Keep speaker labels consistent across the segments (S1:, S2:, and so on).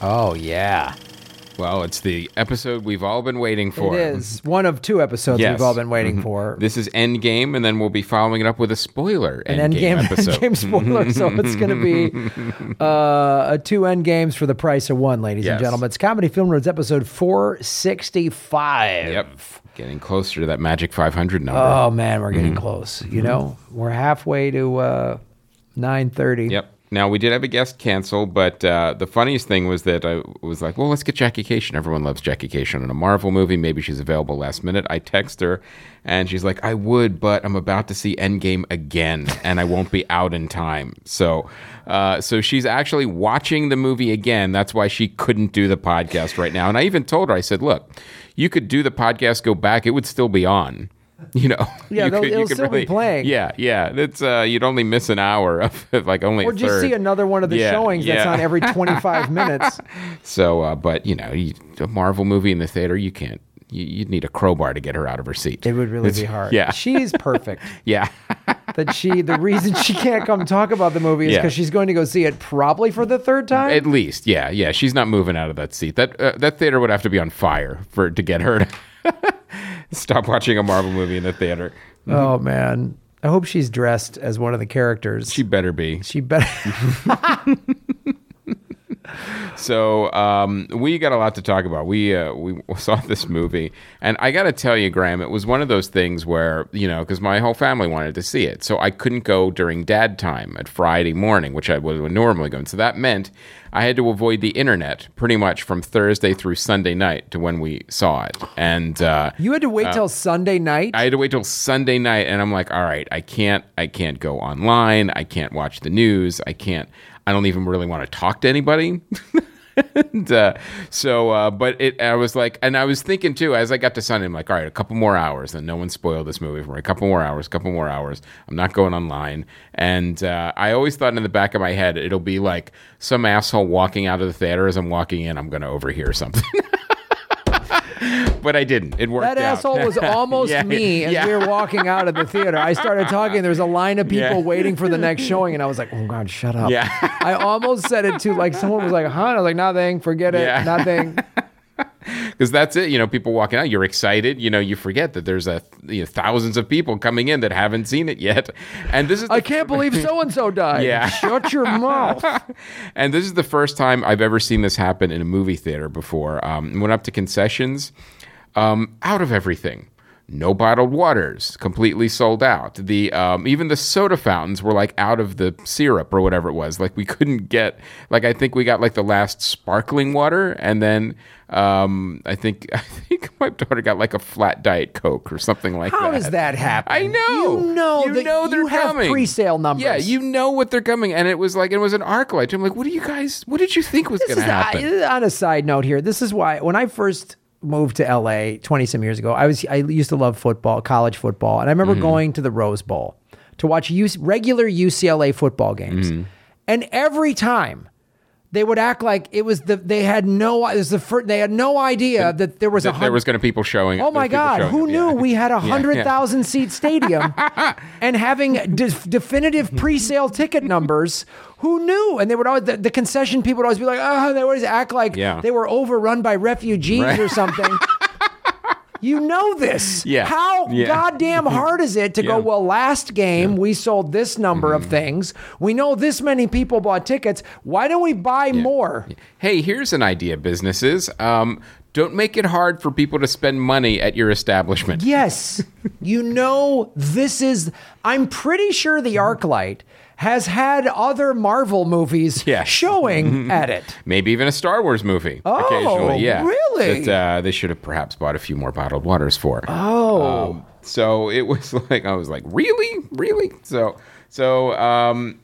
S1: Oh yeah.
S2: Well, it's the episode we've all been waiting for.
S1: It is one of two episodes
S2: Yes. Mm-hmm.
S1: we've all been waiting for.
S2: This is Endgame, and then we'll be following it up with a spoiler
S1: an
S2: Endgame,
S1: endgame,
S2: episode.
S1: endgame spoiler. so it's going to be uh, two end games for the price of one, ladies and
S2: Yes.
S1: gentlemen. It's Comedy Film Roads episode 465.
S2: Yep, getting closer to that magic 500 number.
S1: Oh, man, we're
S2: Mm-hmm.
S1: getting close. You know, we're halfway to uh, 9.30.
S2: Yep. Now we did have a guest cancel, but uh, the funniest thing was that I was like, "Well, let's get Jackie Cation. Everyone loves Jackie Cation in a Marvel movie. Maybe she's available last minute." I text her, and she's like, "I would, but I'm about to see Endgame again, and I won't be out in time." So, uh, so she's actually watching the movie again. That's why she couldn't do the podcast right now. And I even told her, I said, "Look, you could do the podcast, go back; it would still be on." You know,
S1: Yeah,
S2: you
S1: they'll- it'll still be playing.
S2: Yeah, yeah, yeah. That's uh, you'd only miss an hour of like only.
S1: Or
S2: a
S1: just
S2: third.
S1: see another one of the
S2: Yeah,
S1: showings that's
S2: yeah.
S1: on every 25 minutes.
S2: So, uh, but you know, you, a Marvel movie in the theater, you can't. You, you'd need a crowbar to get her out of her seat.
S1: It would really be
S2: It's-
S1: hard.
S2: Yeah,
S1: She's perfect.
S2: yeah,
S1: That she, the reason she can't come talk about the movie is
S2: Yeah.
S1: because she's going to go see it probably for the third time.
S2: at least, yeah, yeah. She's not moving out of that seat. That uh, that theater would have to be on fire for to get her to stop watching a Marvel movie in the theater.
S1: Oh man, I hope she's dressed as one of the characters.
S2: She
S1: She,
S2: better be.
S1: better.
S2: So um, we got a lot to talk about. We uh, we saw this movie, and I got to tell you, Graham, it was one of those things where you know, because my whole family wanted to see it, so I couldn't go during dad time at Friday morning, which I would would normally go. And so that meant I had to avoid the internet pretty much from Thursday through Sunday night to when we saw it, and uh,
S1: you had to wait till Sunday night.
S2: I had to wait till Sunday night, and I'm like, all right, I can't, I can't go online, I can't watch the news, I can't, I don't even really want to talk to anybody. and uh, so, uh, but it, I was like, and I was thinking too, as I got to Sunday, I'm like, all right, a couple more hours, and no one spoiled this movie for me. A couple more hours, a couple more hours. I'm not going online, and uh, I always thought in the back of my head, it'll be like some asshole walking out of the theater as I'm walking in, I'm going to overhear something. But I didn't. It worked
S1: that
S2: out.
S1: asshole was almost
S2: Yeah,
S1: me as
S2: yeah.
S1: we were walking out of the theater. I started talking. There was a line of people
S2: Yeah.
S1: waiting for the next showing, and I was like, "Oh God, shut up!"
S2: Yeah.
S1: I almost said it to like someone was like, "Huh?" And I was like, "Nothing. Forget it.
S2: Yeah.
S1: Nothing."
S2: because that's it. You know, people walking out, you're excited. You know, you forget that there's a you know, thousands of people coming in that haven't seen it yet, and this is the
S1: I can't believe so and so died.
S2: Yeah.
S1: Shut your mouth.
S2: and this is the first time I've ever seen this happen in a movie theater before. Um, went up to concessions, um, out of everything. No bottled waters, completely sold out. The um, even the soda fountains were like out of the syrup or whatever it was. Like we couldn't get like I think we got like the last sparkling water, and then um, I think I think my daughter got like a flat diet coke or something like
S1: How
S2: that.
S1: does that happen?
S2: I know.
S1: You know
S2: You
S1: that
S2: know
S1: you
S2: they're
S1: have
S2: coming.
S1: pre-sale numbers.
S2: Yeah, you know what they're coming, and it was like it was an arc light. I'm like, what do you guys? What did you think was going to
S1: This is- I-
S2: happen?
S1: on a side note here, this is why when I first moved to LA 20 some years ago, I was I used to love football, college football, and I
S2: Mm-hmm.
S1: remember going to the Rose Bowl to watch UC, regular UCLA football games.
S2: Mm-hmm.
S1: And every time they would act like it was the they had no it was the fir- they had no idea that there was a
S2: That there
S1: hundred
S2: was going to people showing.
S1: Oh my
S2: there was people
S1: God! Who
S2: showing
S1: knew
S2: up, yeah.
S1: we had a hundred thousand seat stadium and having de-
S2: Mm-hmm.
S1: definitive pre-sale ticket numbers? Who knew? And they would always the, the concession people would always be like, oh, they would always act like
S2: Yeah.
S1: they were overrun by refugees
S2: Right.
S1: or something. You know this.
S2: Yeah.
S1: How
S2: Yeah.
S1: goddamn hard is it to go,
S2: Yeah. Mm-hmm.
S1: well, last game we sold this number of things. We know this many people bought tickets. Why don't we buy more?
S2: Hey, here's an idea, businesses. Um, don't make it hard for people to spend money at your establishment.
S1: Yes. you know, this is, I'm pretty sure the Arclight has had other Marvel movies
S2: Yes.
S1: showing at it.
S2: Maybe even a Star Wars movie occasionally. Yeah,
S1: Oh, really?
S2: That uh, they should have perhaps bought a few more bottled waters for. Oh, so it was like I was like, really, really. So, so um,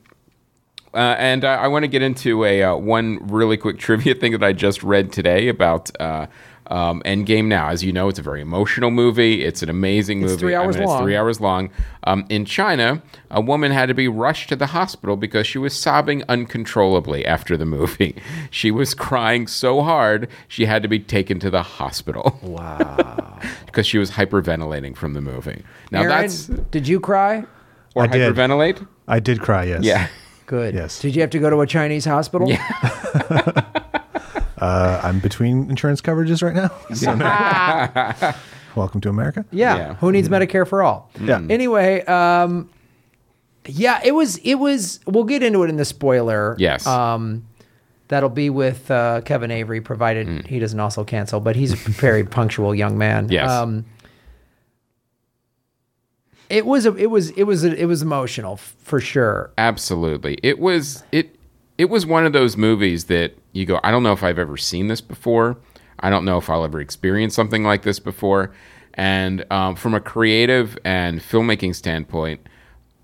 S2: Uh, and uh, I want to get into a uh, one really quick trivia thing that I just read today about uh, um, Endgame. Now, as you know, it's a very emotional movie. It's an amazing movie.
S1: three
S2: I
S1: hours
S2: mean,
S1: long.
S2: It's three hours long. Um, in China, a woman had to be rushed to the hospital because she was sobbing uncontrollably after the movie. She was crying so hard she had to be taken to the hospital. Wow! because she was hyperventilating from the movie. Now
S1: Aaron,
S2: that's
S1: did you cry?
S2: or
S3: I did.
S2: hyperventilate.
S3: I did cry, yes.
S2: Yeah.
S1: Good.
S3: Yes.
S1: Did you have to go to a Chinese hospital? Yeah.
S3: Uh, I'm between insurance coverages right now. So no. Welcome to America.
S1: Yeah.
S2: Yeah. Mm-hmm.
S1: Who needs Medicare for all?
S3: Yeah.
S1: Anyway, um, yeah, it was. It was. We'll get into it in the spoiler.
S2: Yes.
S1: Um, that'll be with uh, Kevin Avery, provided
S2: Mm.
S1: he doesn't also cancel. But he's a very punctual young man.
S2: Yes.
S1: Um, it was. A, it was. It was. A, it was emotional f- for sure.
S2: Absolutely. It was it it was one of those movies that you go, I don't know if I've ever seen this before. I don't know if I'll ever experience something like this before. And um, from a creative and filmmaking standpoint,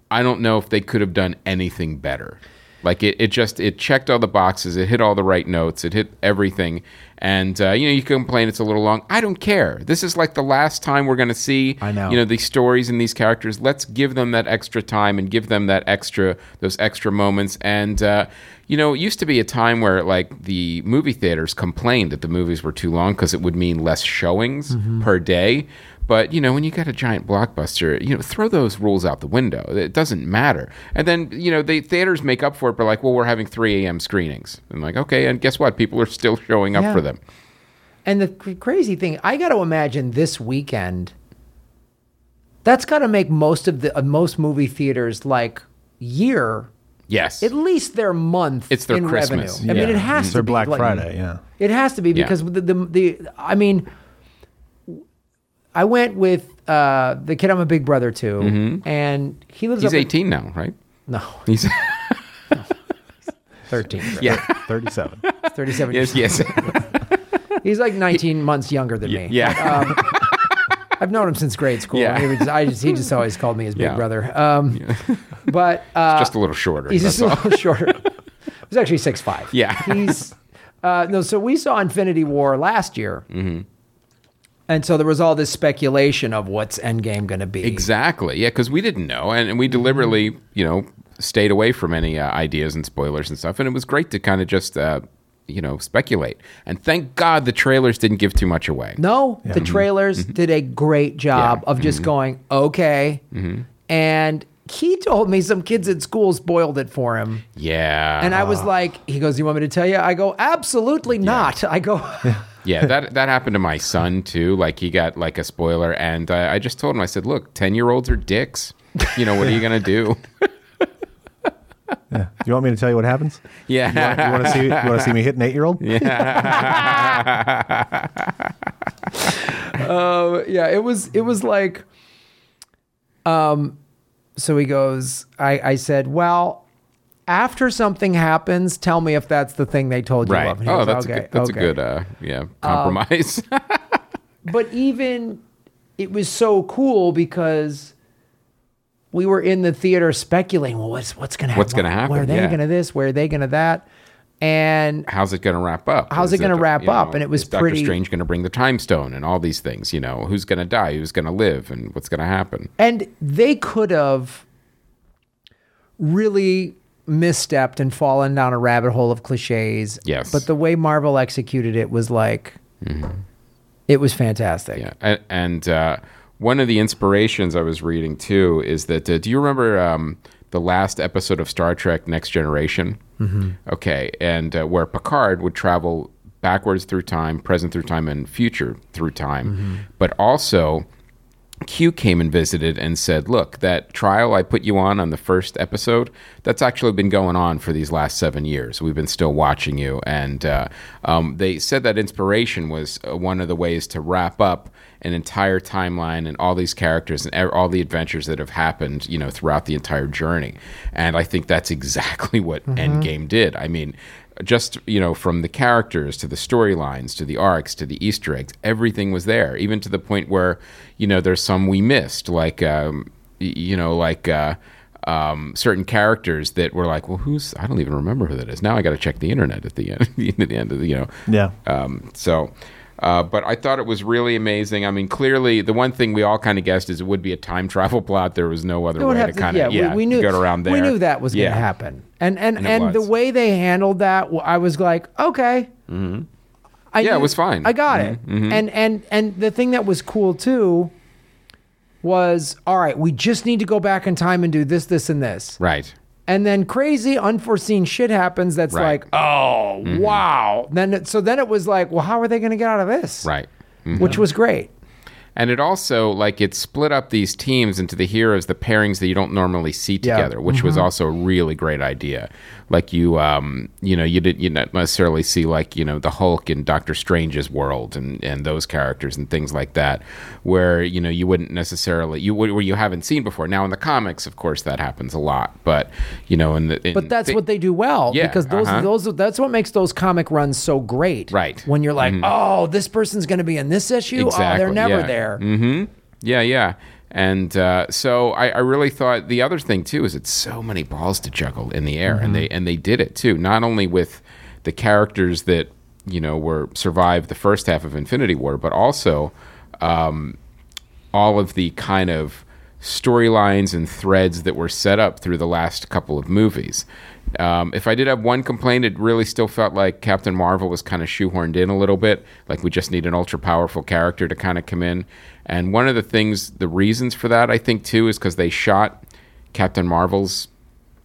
S2: I don't know if they could have done anything better. Like it, it just it checked all the boxes. It hit all the right notes. It hit everything. And uh, you know, you complain it's a little long. I don't care. This is like the last time we're going to see.
S1: I know.
S2: You know these stories and these characters. Let's give them that extra time and give them that extra those extra moments. And uh, you know, it used to be a time where like the movie theaters complained that the movies were too long because it would mean less showings per day. But you know, when you got a giant blockbuster, you know, throw those rules out the window. It doesn't matter. And then you know, the theaters make up for it by like, well, we're having 3 a.m. screenings. And like, okay, and guess what? People are still showing up
S1: Yeah.
S2: for them.
S1: And the cr- crazy thing, I got to imagine this weekend. That's got to make most of the uh, most movie theaters like year
S2: Yes.
S1: at least their month.
S2: It's their
S1: in
S2: Christmas.
S1: Revenue. I mean, it has
S3: it's
S1: to
S3: Mm-hmm. their
S1: be
S3: Black
S1: like-
S3: Friday. Yeah.
S1: It has to be because the, the the I mean, I went with uh, the kid I'm a big brother to, and he lives
S2: Mm-hmm. He's
S1: up in-
S2: 18 now, right?
S1: no,
S2: He's
S1: thirteen. right?
S2: yeah.
S3: Thirty-seven.
S1: thirty-seven.
S2: Yes, yes.
S1: He's like nineteen months younger than me.
S2: Yeah.
S1: I've known him since grade school.
S2: Yeah.
S1: He, was, I just, he just always called me his big
S2: Yeah.
S1: brother. Um, But uh,
S2: just a little shorter.
S1: He's
S2: that's
S1: just a little shorter. He's actually six five.
S2: Yeah.
S1: He's uh, no. So we saw Infinity War last year,
S2: Mm-hmm.
S1: and so there was all this speculation of what's Endgame going to be.
S2: Exactly. Yeah, because we didn't know, and, and we deliberately, you know, stayed away from any uh, ideas and spoilers and stuff. And it was great to kind of just, uh, you know, speculate. And thank God the trailers didn't give too much away.
S1: No, the trailers did a great job
S2: Mm-hmm. Yeah. Mm-hmm.
S1: of just going okay, and he told me some kids at school spoiled it for him.
S2: Yeah.
S1: And I was like, he goes, You want me to tell you? I go, Absolutely not. I go,
S2: yeah, that that happened to my son too. Like he got like a spoiler, and uh, I just told him, I said, "Look, ten year olds are dicks. You know, what are you gonna do?"
S3: Yeah. You want me to tell you what happens?
S2: yeah.
S3: You want to see? You want to see me hit an eight-year-old?
S1: uh, yeah, it was it was like um so he goes, I, I said, Well, after something happens, tell me if that's the thing they told you
S2: Right.
S1: of. And he
S2: Oh,
S1: goes,
S2: that's a
S1: "Okay,
S2: good, that's
S1: okay." Um,
S2: a good, uh, yeah, compromise.
S1: but even it was so cool because we were in the theater speculating, well, what's what's gonna happen?
S2: What's gonna happen,
S1: Where are they
S2: yeah.
S1: gonna this? Where are they gonna that? And
S2: how's it going to wrap up?
S1: How's it gonna wrap
S2: you
S1: up? And it was
S2: is Doctor
S1: pretty-
S2: Strange going to bring the time stone and all these things. You know, who's going to die? Who's going to live? And what's going to happen?
S1: And they could have really misstepped and fallen down a rabbit hole of cliches.
S2: Yes. Mm-hmm.
S1: But the way Marvel executed it was like, it was fantastic.
S2: Yeah, and, and uh, one of the inspirations I was reading too is that uh, do you remember um, the last episode of Star Trek: Next Generation? Mm-hmm. Okay, and uh, where Picard would travel backwards through time, present through time, and future through time,
S1: Mm-hmm.
S2: but also. Q came and visited and said, "Look, that trial I put you on on the first episode, that's actually been going on for these last seven years. We've been still watching you." And uh, um, they said that inspiration was uh, one of the ways to wrap up an entire timeline and all these characters and e- all the adventures that have happened, you know, throughout the entire journey. And I think that's exactly what Endgame did. I mean, just you know from the characters to the storylines to the arcs to the easter eggs everything was there even to the point where you know there's some we missed like um, y- you know like uh, um, certain characters that were like well who's i don't even remember who that is now i got to check the internet at the end at the end of the you know
S3: Yeah.
S2: um, so, uh, but I thought it was really amazing. I mean, clearly, the one thing we all kind of guessed is it would be a time travel plot. There was no other
S1: It would
S2: way
S1: have
S2: to kind of
S1: we-
S2: yeah,
S1: we, knew
S2: get around there.
S1: We knew that was
S2: Yeah.
S1: going to happen, and and and,
S2: it
S1: the
S2: was.
S1: way they handled that, w- I was like, okay, I
S2: Mm-hmm. Yeah, it
S1: knew-
S2: was fine. Mm-hmm.
S1: I got it, and and and the thing that was cool too was, all right, we just need to go back in time and do this, this, and this.
S2: Right.
S1: And then crazy unforeseen shit happens that's
S2: Right. Mm-hmm.
S1: like, oh, wow. Then it, so then it was like, well, how are they going to get out of this?
S2: Right. Mm-hmm.
S1: Which was great.
S2: And it also like it split up these teams into the heroes, the pairings that you don't normally see
S1: Yeah. Mm-hmm.
S2: together, which was also a really great idea. Like you, um, you know, you didn't you not necessarily see like you know the Hulk and Doctor Strange's world and and those characters and things like that, where you know you wouldn't necessarily you where you haven't seen before. Now in the comics, of course, that happens a lot, but you know in the in
S1: But that's
S2: thi-
S1: what they do well
S2: Yeah,
S1: because those
S2: uh-huh.
S1: those that's what makes those comic runs so great.
S2: Right. Mm-hmm.
S1: When you're like, oh, this person's going to be in this issue. Oh,
S2: Exactly,
S1: they're never
S2: yeah. Mm-hmm.
S1: there.
S2: Yeah, yeah. And uh, so I, I really thought the other thing too is it's so many balls to juggle in the air,
S1: Mm-hmm.
S2: and they and they did it too. Not only with the characters that you know were survived the first half of Infinity War, but also um, all of the kind of storylines and threads that were set up through the last couple of movies. Um, if I did have one complaint, it really still felt like Captain Marvel was kind of shoehorned in a little bit. Like we just need an ultra powerful character to kind of come in. And one of the things, the reasons for that, I think, too, is because they shot Captain Marvel's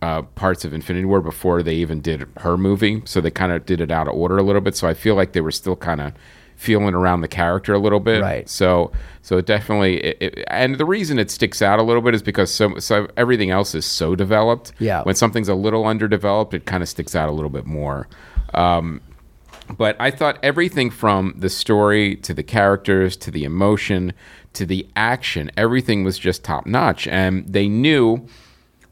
S2: uh, parts of Infinity War before they even did her movie. So they kind of did it out of order a little bit. So I feel like they were still kind of feeling around the character a little bit.
S1: Right.
S2: So so it definitely it, it, and the reason it sticks out a little bit is because so so everything else is so developed.
S1: Yeah.
S2: When something's a little underdeveloped, it kind of sticks out a little bit more. Um, but I thought everything from the story to the characters to the emotion to the action, everything was just top notch. And they knew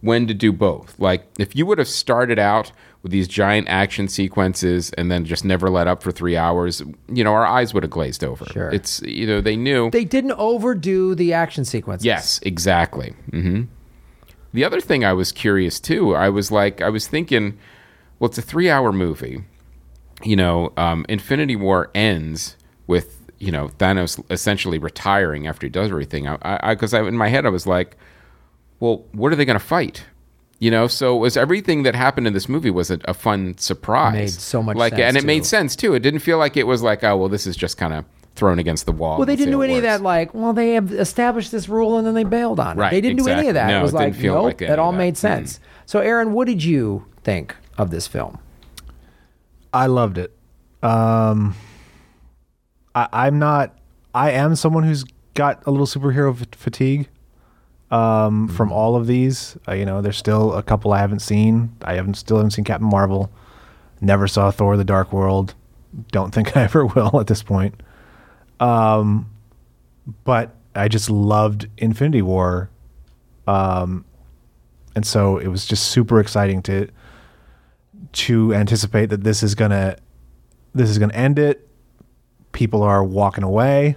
S2: when to do both. Like, if you would have started out with these giant action sequences and then just never let up for three hours, you know, our eyes would have glazed over.
S1: Sure.
S2: It's, you know, they knew.
S1: They didn't overdo the action sequences.
S2: Yes, exactly. hmm The other thing I was curious too, I was like, I was thinking, well, it's a three-hour movie. You know, um, Infinity War ends with you know Thanos essentially retiring after he does everything. I, I, because I, in my head, I was like, well, what are they going to fight? You know, so it was everything that happened in this movie was a, a fun surprise.
S1: Made so much
S2: like,
S1: sense,
S2: and it
S1: too.
S2: made sense too. It didn't feel like it was like, oh, well, this is just kind of thrown against the wall.
S1: Well, they didn't do any of
S2: that.
S1: that. Like, well, they have established this rule and then they bailed on it.
S2: Right,
S1: They didn't do any
S2: exactly.
S1: of that.
S2: No,
S1: it was
S2: it
S1: like,
S2: didn't feel
S1: nope,
S2: like any
S1: that
S2: of
S1: all
S2: that. Mm-hmm.
S1: made sense. So, Aaron, what did you think of this film?
S3: I loved it. Um, I, I'm not. I am someone who's got a little superhero f- fatigue um, from all of these. Uh, you know, there's still a couple I haven't seen. I haven't still haven't seen Captain Marvel. Never saw Thor: The Dark World. Don't think I ever will at this point. Um, but I just loved Infinity War. Um, and so it was just super exciting to to anticipate that this is gonna this is gonna end it. People are walking away.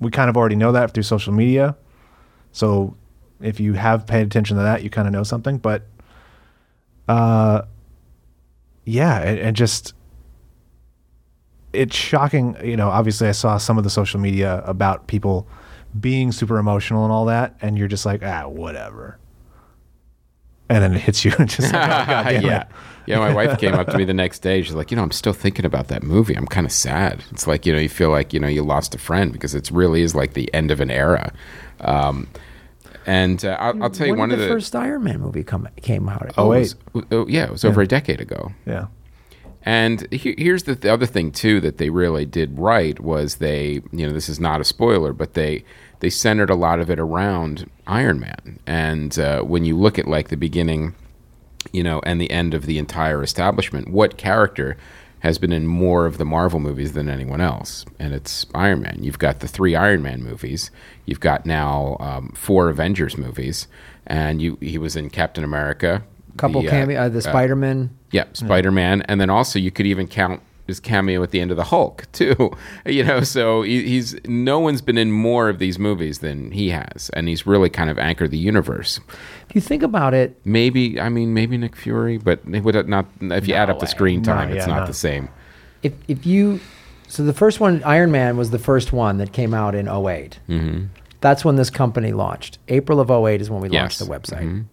S3: We kind of already know that through social media. So if you have paid attention to that, you kind of know something. But uh, yeah, and, and just it's shocking. You know, obviously, I saw some of the social media about people being super emotional and all that, and you're just like, ah, whatever. And then it hits you, and just like, oh, God damn
S2: yeah.
S3: it.
S2: Yeah, my wife came up to me the next day. She's like, you know, I'm still thinking about that movie. I'm kind of sad. It's like, you know, you feel like, you know, you lost a friend because it really is like the end of an era. Um, and uh, I'll, I'll tell you
S1: when
S2: one
S1: did
S2: of
S1: the,
S2: the.
S1: first Iron Man movie come came out?
S2: oh,
S3: wait.
S2: it was- oh, yeah, it was over a decade ago.
S3: Yeah.
S2: And he- here's the, the other thing too that they really did right was they, you know, this is not a spoiler, but they they centered a lot of it around Iron Man. And uh, when you look at like the beginning, you know, and the end of the entire establishment, what character has been in more of the Marvel movies than anyone else? And it's Iron Man. You've got the three Iron Man movies. You've got now um, four Avengers movies, and you he was in Captain America.
S1: couple
S2: the, uh,
S1: cameo, uh, the Spider Man.
S2: yeah, Spider Man, and then also you could even count his cameo at the end of the Hulk too. you know, so he, he's no one's been in more of these movies than he has, and he's really kind of anchored the universe.
S1: If you think about it,
S2: Maybe I mean maybe Nick Fury, but it would not if you add up the screen time,
S3: No,
S2: it's
S3: yeah,
S2: not
S3: no.
S2: the same.
S1: if if you so the first one iron man was the first one that came out in 8 mm-hmm. that's when this company launched april of 08 is when we
S2: Yes. Mm-hmm.
S1: launched the website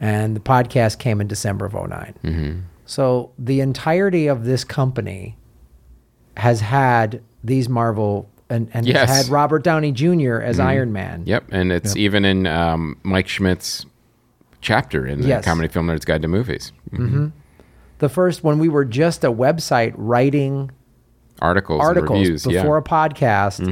S1: and the podcast came in december of 9 mm-hmm. so the entirety of this company has had these marvel and, and has
S2: Yes. Mm-hmm.
S1: had robert downey jr as iron man
S2: Yep, and it's even in um, Mike Schmidt's chapter in the
S1: Yes.
S2: Comedy Film Nerds Guide to Movies.
S1: The first one, we were just a website writing
S2: Articles,
S1: articles
S2: and reviews.
S1: before
S2: yeah. Mm-hmm.
S1: a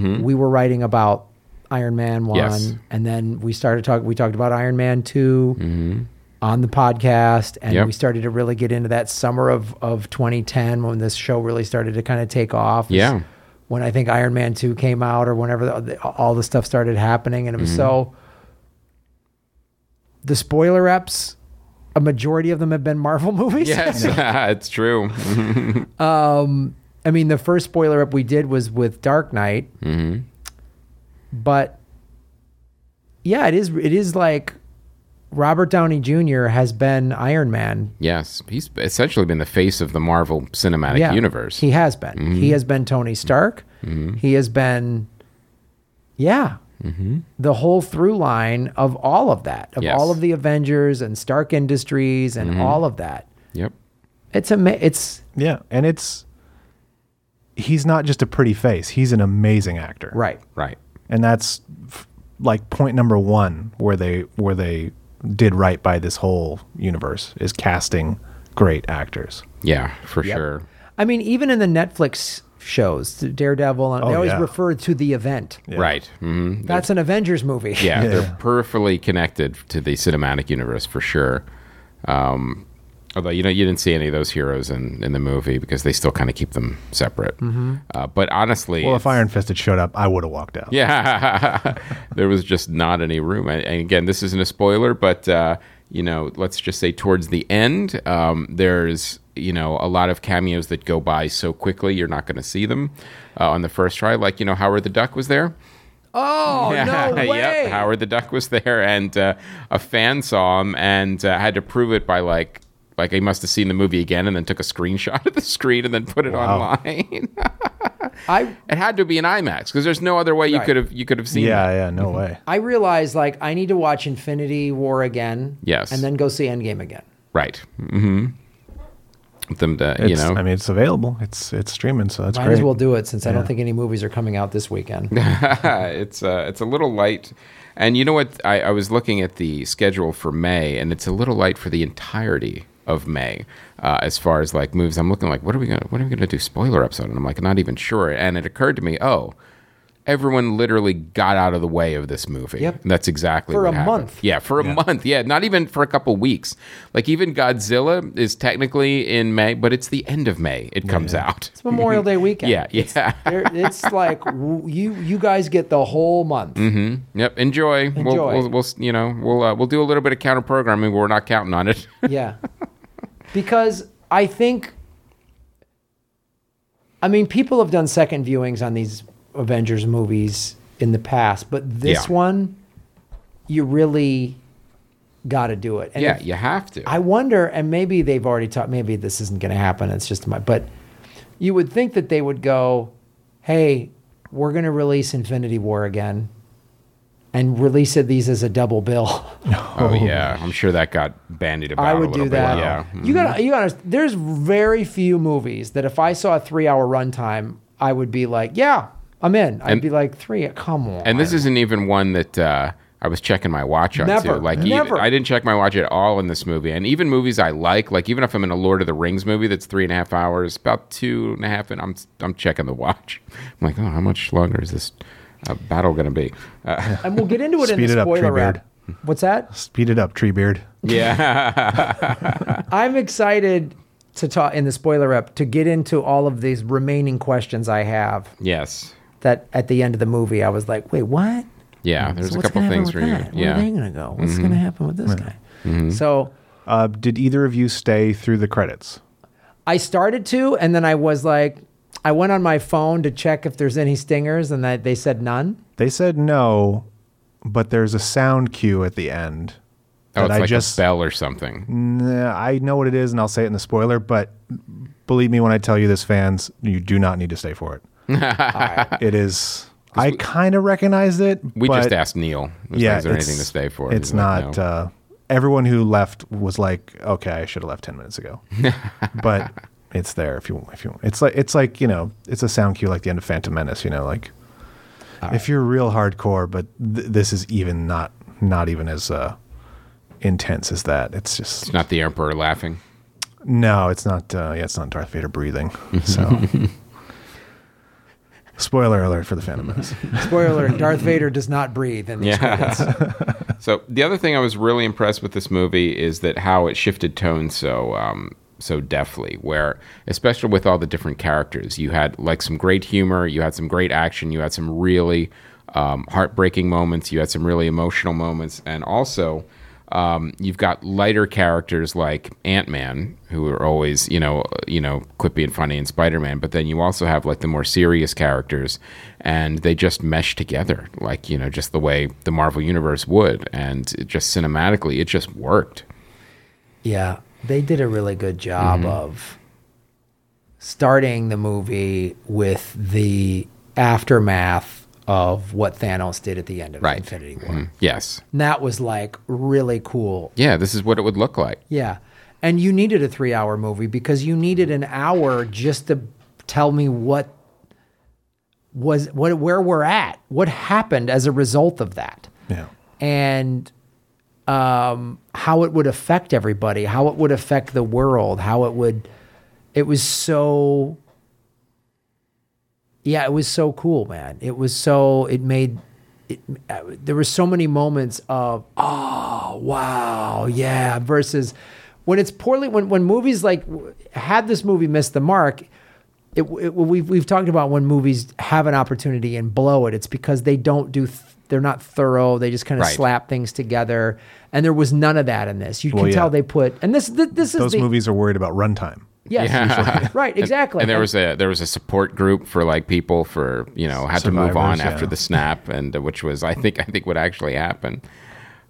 S1: podcast. We were writing about Iron Man one,
S2: Yes.
S1: and then we started talking. We talked about Iron Man 2 on the podcast, and
S2: Mm-hmm. Yep.
S1: we started to really get into that summer of of 2010 when this show really started to kind of take off. is
S2: Yeah.
S1: when I think Iron Man two came out, or whenever the, the- all the stuff started happening, and it was
S2: Mm-hmm.
S1: so. The spoiler eps, a majority of them have been Marvel movies.
S2: Yes, it's true.
S1: I mean, the first spoiler up we did was with Dark Knight,
S2: Mm-hmm.
S1: but yeah, it is. It is like Robert Downey Jr. has been Iron Man.
S2: yes, he's essentially been the face of the Marvel Cinematic
S1: yeah,
S2: Universe. Mm-hmm.
S1: He has been. He has been Tony Stark. He has been, yeah, the whole through line of all of that, of
S2: Mm-hmm. Yes. Mm-hmm.
S1: all of the Avengers and Stark Industries and all of that.
S2: yep.
S1: It's ama- It's
S3: Yeah, and it's he's not just a pretty face; he's an amazing actor,
S1: right.
S2: Right.
S3: And that's f- like point number one where they where they did right by this whole universe is casting great actors.
S2: Yeah, for
S1: Yep.
S2: sure.
S1: I mean, even in the Netflix shows, the Daredevil, and they
S3: Oh,
S1: always
S3: yeah.
S1: refer to the event.
S3: Yeah.
S2: Right. hmm
S1: That's an Avengers movie.
S2: Yeah,
S3: Yeah.
S2: they're peripherally connected to the cinematic universe for sure. Um, although you know you didn't see any of those heroes in, in the movie because they still kind of keep them separate. Uh, but honestly,
S3: Mm-hmm. Well, if
S2: it's-
S3: Iron Fist had showed up, I would have walked out.
S2: yeah, there was just not any room. And, and again, this isn't a spoiler, but uh, you know, let's just say towards the end, um, there's you know a lot of cameos that go by so quickly you're not going to see them uh, on the first try. Like you know, Howard the Duck was there.
S1: Oh no way!
S2: Yep, Howard the Duck was there, and uh, a fan saw him and uh, had to prove it by like, like he must have seen the movie again and then took a screenshot of the screen and then put it online.
S1: I
S2: it had to be an IMAX because there's no other way you
S1: Right.
S2: could have you could have seen.
S3: yeah,
S2: that.
S3: yeah, no way.
S1: I realized like I need to watch Infinity War again.
S2: Yes.
S1: and then go see Endgame again.
S2: right. Mm-hmm. Them, to,
S3: It's,
S2: you know,
S3: I mean, it's available. It's it's streaming, so that's
S1: Might
S3: great.
S1: as well do it since I don't think any movies are coming out this weekend.
S2: it's uh, it's a little light. And you know what? I, I was looking at the schedule for May, and it's a little light for the entirety of May, uh, as far as like moves. I'm looking like, what are we gonna what are we gonna do spoiler episode? And I'm like, not even sure. And it occurred to me, oh, everyone literally got out of the way of this movie.
S1: Yep.
S2: And that's exactly
S1: For
S2: what
S1: a
S2: happened.
S1: month.
S2: Yeah, for a month. Yeah, not even for a couple weeks. Like even Godzilla is technically in May, but it's the end of May. It comes out.
S1: It's Memorial Day weekend.
S2: Yeah, yeah.
S1: There- it's like w- you you guys get the whole month.
S2: Mm-hmm. Yep. Enjoy. We'll,
S1: Enjoy.
S2: we'll, we'll you know we'll uh, we'll do a little bit of counter programming. but We're not counting on it.
S1: Yeah. Because I think I mean people have done second viewings on these Avengers movies in the past, but this
S2: Yeah.
S1: one you really got to do it. And
S2: yeah,
S1: if-
S2: you have to.
S1: I wonder and maybe they've already taught maybe this isn't going to happen. It's just my but you would think that they would go, "Hey, we're going to release Infinity War again." And release it these as a double bill.
S2: oh yeah, I'm sure that got bandied about.
S1: I
S2: a
S1: would
S2: little
S1: do that.
S2: Bit. Yeah. Mm-hmm.
S1: You gotta, you gotta. There's very few movies that if I saw a three-hour runtime, I would be like, yeah, I'm in. I'd
S2: And-
S1: be like, three, come on.
S2: And this isn't even one that uh, I was checking my watch on
S1: Never.
S2: too. Like
S1: Yeah.
S2: even-
S1: Never.
S2: I didn't check my watch at all in this movie. And even movies I like, like even if I'm in a Lord of the Rings movie that's three and a half hours, about two and a half, and I'm I'm checking the watch. I'm like, oh, how much longer is this uh, battle going to be? Uh,
S1: and we'll get into it in
S3: Speed it
S1: the
S3: up,
S1: spoiler
S3: Treebeard.
S1: wrap. What's that?
S3: Speed it up, Treebeard.
S2: yeah.
S1: I'm excited to talk in the spoiler rep to get into all of these remaining questions I have.
S2: yes.
S1: That at the end of the movie, I was like, wait, what?
S2: Yeah. There's
S1: So
S2: a
S1: what's
S2: couple
S1: gonna happen
S2: things
S1: with
S2: where
S1: that?
S2: you.
S1: Where are they
S2: Yeah. Mm-hmm.
S1: gonna go? What's gonna happen with this guy? So
S3: Uh, did either of you stay through the credits?
S1: I started to, and then I was like, I went on my phone to check if there's any stingers, and that they said none.
S3: They said no, but there's a sound cue at the end.
S2: Oh,
S3: that
S2: it's
S3: I
S2: like
S3: just
S2: a bell or something.
S3: Nah, I know what it is, and I'll say it in the spoiler. But believe me when I tell you this, fans, you do not need to stay for it. It is. I kind of recognized it.
S2: We
S3: but
S2: just asked Neil. Is,
S3: Yeah,
S2: is there
S3: it's-
S2: anything to stay for?
S3: It's
S2: He's like,
S3: not.
S2: "No."
S3: Uh, everyone who left was like, "Okay, I should have left ten minutes ago," but it's there if you if you. It's like it's like you know, it's a sound cue like the end of Phantom Menace. You know, like if you're real hardcore, but th- this is even not not even as uh, intense as that. It's just
S2: It's not the Emperor laughing.
S3: no, it's not. Uh, yeah, it's not Darth Vader breathing. So, spoiler alert for the Phantom Menace.
S1: Spoiler: Darth Vader does not breathe. In these
S2: Yeah. so the other thing I was really impressed with this movie is that how it shifted tone so um, so deftly. Where especially with all the different characters, you had like some great humor, you had some great action, you had some really um, heartbreaking moments, you had some really emotional moments, and also. Um, you've got lighter characters like Ant Man, who are always you know you know quippy and funny, and Spider Man. But then you also have like the more serious characters, and they just mesh together, like you know just the way the Marvel universe would, and it just cinematically, it just worked.
S1: Yeah, they did a really good job
S2: Mm-hmm.
S1: of starting the movie with the aftermath of what Thanos did at the end of
S2: Right.
S1: Infinity War.
S2: Mm, Yes,
S1: And that was like really cool.
S2: yeah, this is what it would look like.
S1: Yeah. And you needed a 3-hour movie because you needed an hour just to tell me what was what where we're at, what happened as a result of that
S3: Yeah.
S1: and um, how it would affect everybody, how it would affect the world, how it would. It was so. Yeah, it was so cool, man. It was so. It made. It, uh, there were so many moments of oh wow yeah versus when it's poorly when when movies like w- had this movie missed the mark it, it, we've, we've talked about when movies have an opportunity and blow it. It's because they don't do, th- they're not thorough. They just kind of
S2: Right.
S1: slap things together. And there was none of that in this. You can
S3: Well, yeah.
S1: tell they put, and this, th- this is
S3: Those
S1: the,
S3: movies are worried about runtime.
S1: yes, right, exactly.
S2: And there was a there was a support group for like people for you know had to move on
S3: Survivors,
S2: after
S3: yeah.
S2: the snap, and uh, which was I think I think would actually happen.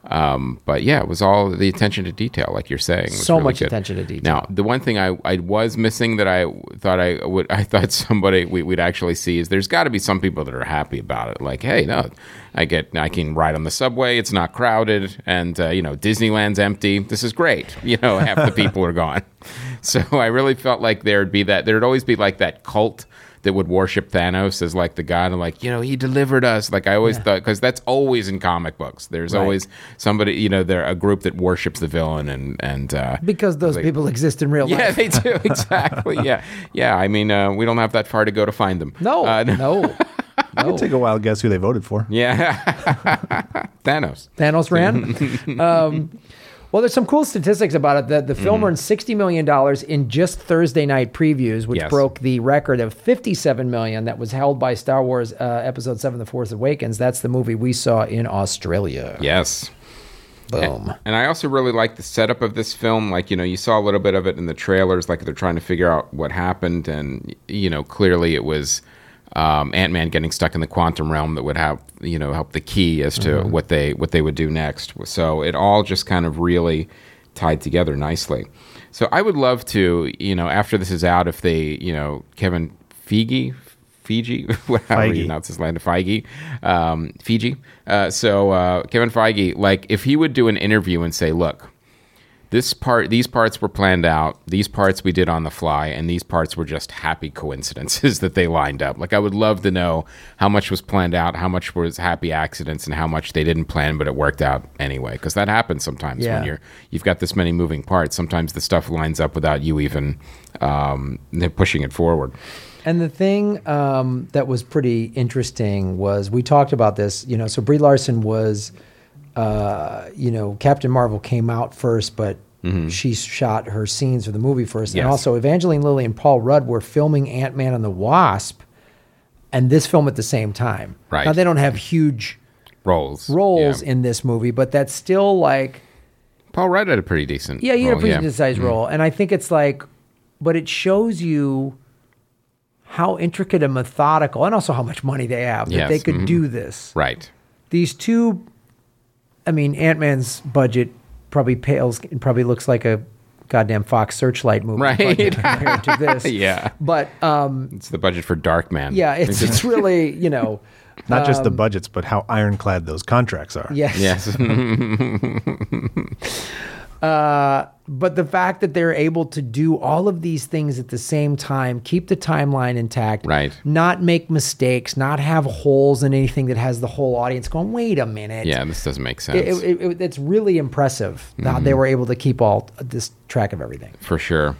S2: Um, but yeah, it was all the attention to detail, like you're saying. was
S1: So
S2: really
S1: much
S2: good.
S1: attention to detail.
S2: Now, the one thing I, I was missing that I thought I would I thought somebody we, we'd actually see is there's got to be some people that are happy about it. Like, hey, no, I get I can ride on the subway. It's not crowded, and uh, you know Disneyland's empty. This is great. You know, half the people are gone. So I really felt like there'd be that there'd always be like that cult that would worship Thanos as like the god and like you know he delivered us. Like I always thought because that's always in comic books. There's always somebody you know there a group that worships the villain and and uh,
S1: because those people exist in real
S2: yeah,
S1: life.
S2: they do exactly. Yeah, yeah. I mean, uh, we don't have that far to go to find them.
S1: No,
S2: Uh,
S1: no, no.
S3: I'll take a wild guess who they voted for.
S2: Oh. Yeah, Thanos.
S1: Thanos ran. um, well, there's some cool statistics about it. That the
S2: Mm-hmm.
S1: film earned sixty million dollars in just Thursday night previews, which
S2: Yes.
S1: broke the record of fifty-seven million that was held by Star Wars uh, Episode Seven: The Force Awakens. That's the movie we saw in Australia.
S2: Yes.
S1: Boom.
S2: And I also really like the setup of this film. Like, you know, you saw a little bit of it in the trailers, like they're trying to figure out what happened. And, you know, clearly it was um, Ant Man getting stuck in the quantum realm that would have, you know, help the key as to what they what they would do next. So it all just kind of really tied together nicely. So I would love to, you know, after this is out, if they, you know, Kevin Feige, Fiji, however you
S3: Feige.
S2: pronounce his land, Feige, um, Fiji. Uh, so uh, Kevin Feige, like if he would do an interview and say, "Look, this part, these parts were planned out, these parts we did on the fly, and these parts were just happy coincidences that they lined up." Like I would love to know how much was planned out, how much was happy accidents, and how much they didn't plan but it worked out anyway. Because that happens sometimes
S1: Yeah.
S2: when you're you've got this many moving parts. Sometimes the stuff lines up without you even um, pushing it forward.
S1: And the thing um, that was pretty interesting was we talked about this, you know. So Brie Larson was, uh, you know, Captain Marvel came out first, but she shot her scenes for the movie first. And
S2: Mm-hmm. Yes.
S1: also, Evangeline Lilly and Paul Rudd were filming Ant Man and the Wasp, and this film at the same time.
S2: Right.
S1: now they don't have huge
S2: Roles,
S1: roles
S2: Yeah.
S1: in this movie, but that's still like
S2: Paul Rudd had a pretty decent.
S1: yeah, you had a
S2: role,
S1: pretty good
S2: Mm-hmm.
S1: sized role, and I think it's like, but it shows you how intricate and methodical, and also how much money they have that they
S2: Yes,
S1: could
S2: mhm.
S1: do this.
S2: Right.
S1: These two, I mean, Ant Man's budget probably pales, it probably looks like a goddamn Fox Searchlight movie
S2: Right.
S1: budget compared to this.
S2: Yeah.
S1: but um,
S2: It's the budget for Dark Man.
S1: yeah, it's it's really you know,
S3: Not just
S1: Um,
S3: the budgets, but how ironclad those contracts are.
S1: yes,
S2: Yes.
S1: Uh, but the fact that they're able to do all of these things at the same time, keep the timeline intact,
S2: Right.
S1: Not make mistakes, not have holes in anything that has the whole audience going, wait a minute.
S2: Yeah, this doesn't make sense.
S1: It, it, it- it's really impressive how
S2: Mm-hmm.
S1: they were able to keep all this track of everything.
S2: for sure.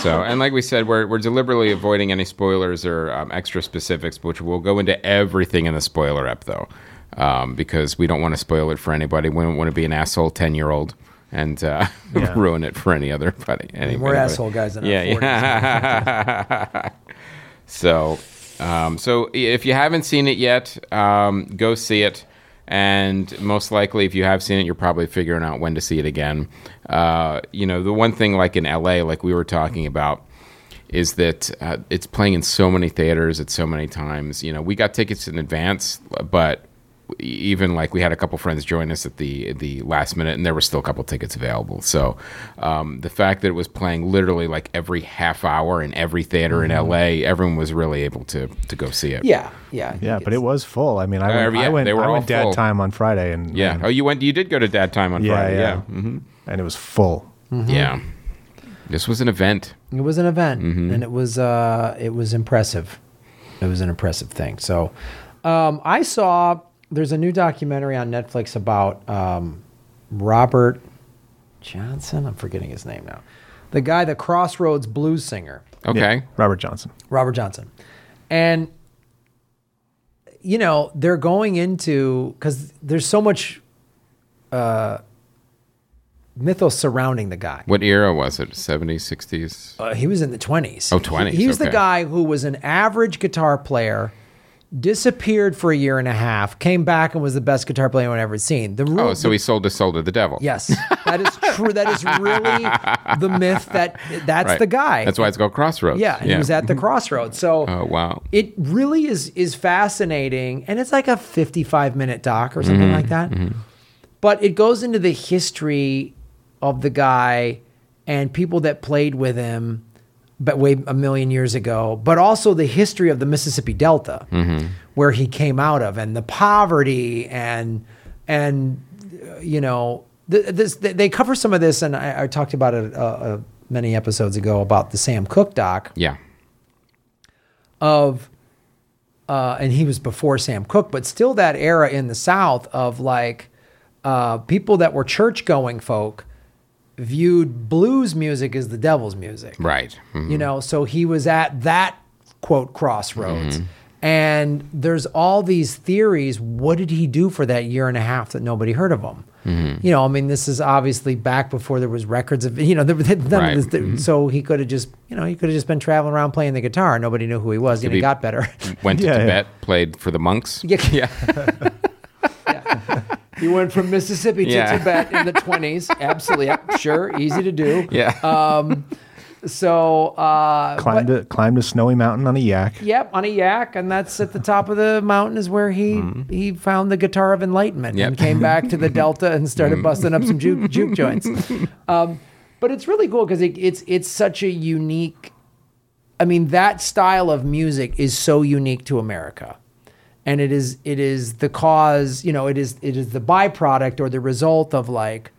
S2: So, and like we said, we're, we're deliberately avoiding any spoilers or um, extra specifics, which we'll go into everything in the spoiler app, though, um, because we don't want to spoil it for anybody. We don't want to be an asshole 10 year old and uh,
S3: Yeah.
S2: ruin it for any other buddy. Any,
S1: We're
S2: anybody.
S1: asshole guys in our
S2: Yeah,
S1: 40s.
S2: So, um, so if you haven't seen it yet, um, go see it. And most likely, if you have seen it, you're probably figuring out when to see it again. Uh, you know, the one thing, like in LA, like we were talking about, is that uh, it's playing in so many theaters at so many times. You know, we got tickets in advance, but even like we had a couple friends join us at the at the last minute, and there were still a couple tickets available. So um, the fact that it was playing literally like every half hour in every theater in LA, everyone was really able to to go see it.
S1: Mm-hmm. Yeah, yeah,
S3: Yeah, but
S1: It's-
S3: it was full. I mean, I went,
S2: Uh, yeah,
S3: I went,
S2: they were
S3: I
S2: all
S3: went dad
S2: full.
S3: time on Friday, and
S2: yeah.
S3: and,
S2: Oh, you went. You did go to Dad Time on
S3: yeah,
S2: Friday.
S3: yeah,
S2: Yeah, Mhm.
S3: and it was full.
S1: Mm-hmm.
S2: yeah. This was an event.
S1: It was an event, and it was uh, it was impressive. It was an impressive thing. So, um, I saw there's a new documentary on Netflix about um, Robert Johnson. I'm forgetting his name now. The guy, the Crossroads blues singer,
S2: Okay.
S3: Robert Johnson.
S1: Robert Johnson, and you know they're going into because there's so much uh, mythos surrounding the guy.
S2: What era was it? 70s, 60s?
S1: Uh, he was in the 20s.
S2: Oh,
S1: He-
S2: 20s,
S1: He, was the
S2: okay.
S1: guy who was an average guitar player, disappeared for a year and a half, came back and was the best guitar player anyone ever seen. The
S2: Oh,
S1: rule,
S2: so he sold his soul to the devil.
S1: yes, that is true. That is really the myth that that's
S2: Right.
S1: the guy.
S2: That's why it's called Crossroads.
S1: Yeah, and he was at the crossroads. So
S2: Oh wow.
S1: it really is is fascinating and it's like a 55 minute doc or
S2: Mm-hmm.
S1: something like that but it goes into the history of the guy and people that played with him but way a million years ago but also the history of the mississippi delta where he came out of and the poverty and and uh, you know th- this they they cover some of this and i, I talked about it uh, uh, many episodes ago about the sam cook doc
S2: Yeah.
S1: of uh, and he was before Sam Cooke, but still that era in the South of like uh, people that were church going folk viewed blues music as the devil's music.
S2: Right. Mhm.
S1: You know, so he was at that quote crossroads.
S2: Mm-hmm.
S1: And there's all these theories. What did he do for that year and a half that nobody heard of him?
S2: Mm-hmm.
S1: You know, I mean, this is obviously back before there was records of you know, there, none
S2: Right. Mm-hmm.
S1: of this, so he could have just you know he could have just been traveling around playing the guitar. Nobody knew who he was, and he
S2: be-
S1: got better.
S2: Mm-hmm. Went to
S3: Yeah, yeah.
S2: Tibet, played for the monks.
S1: yeah. Yeah. He went from Mississippi to
S2: Yeah.
S1: Tibet in the 20s. Absolutely. Yep, Sure. Easy to do.
S2: Yeah.
S1: Um, so, uh,
S3: Climbed a climbed a snowy mountain on a yak.
S1: Yep, on a yak, and that's at the top of the mountain is where he he found the guitar of enlightenment and
S2: Yep.
S1: came back to the delta and started busting up some juke, juke joints. Um, but it's really cool because it, it's it's such a unique. I mean, that style of music is so unique to America, and it is it is the cause. You know, it is it is the byproduct or the result of like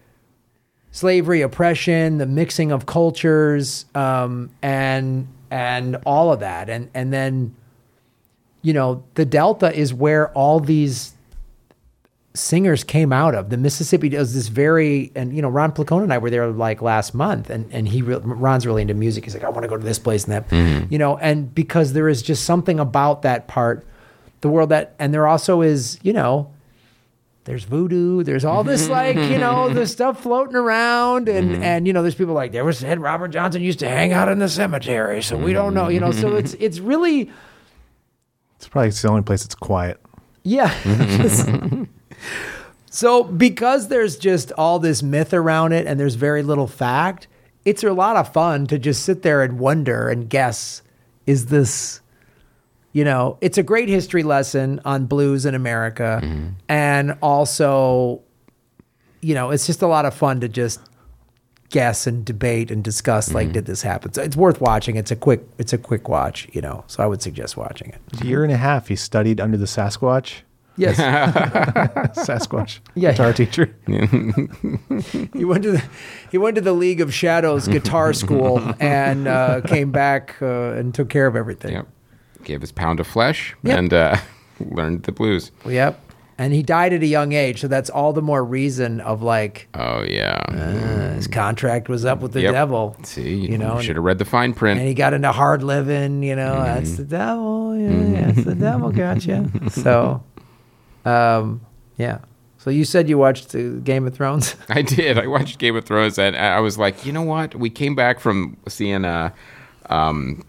S1: slavery, oppression, the mixing of cultures, um, and and all of that, and and then, you know, the Delta is where all these singers came out of. The Mississippi does this very, and you know, Ron Placone and I were there like last month, and and he re- Ron's really into music. He's like, I want to go to this place and that, you know, and because there is just something about that part, the world that, and there also is, you know, there's voodoo, there's all this like, you know, the stuff floating around and and you know, there's people like there was said Robert Johnson used to hang out in the cemetery, so we don't know, you know. So it's it's really
S3: It's probably it's the only place that's quiet.
S1: yeah. so because there's just all this myth around it and there's very little fact, it's a lot of fun to just sit there and wonder and guess is this you know, it's a great history lesson on blues in America and also you know, it's just a lot of fun to just guess and debate and discuss like did this happen. So it's worth watching. It's a quick it's a quick watch, you know. So I would suggest watching it.
S3: A year and a half he studied under the Sasquatch.
S1: Yes.
S3: Sasquatch.
S1: Yeah.
S3: Guitar teacher.
S1: he went to the he went to the League of Shadows guitar school and uh, came back uh, and took care of everything.
S2: Yep. Gave his pound of flesh
S1: Yep.
S2: and uh, learned the blues.
S1: Yep. And he died at a young age, so that's all the more reason of like
S2: Oh yeah.
S1: uh, his contract was up with the
S2: Mm. Yep.
S1: devil.
S2: See,
S1: you know,
S2: should
S1: and,
S2: have read the fine print.
S1: and he got into hard living. You know,
S2: Mm-hmm.
S1: that's the devil. Yeah, that's the devil. Gotcha. so, um, yeah. So you said you watched uh, Game of Thrones.
S2: I did. I watched Game of Thrones, and I I was like, you know what? We came back from seeing, uh, um,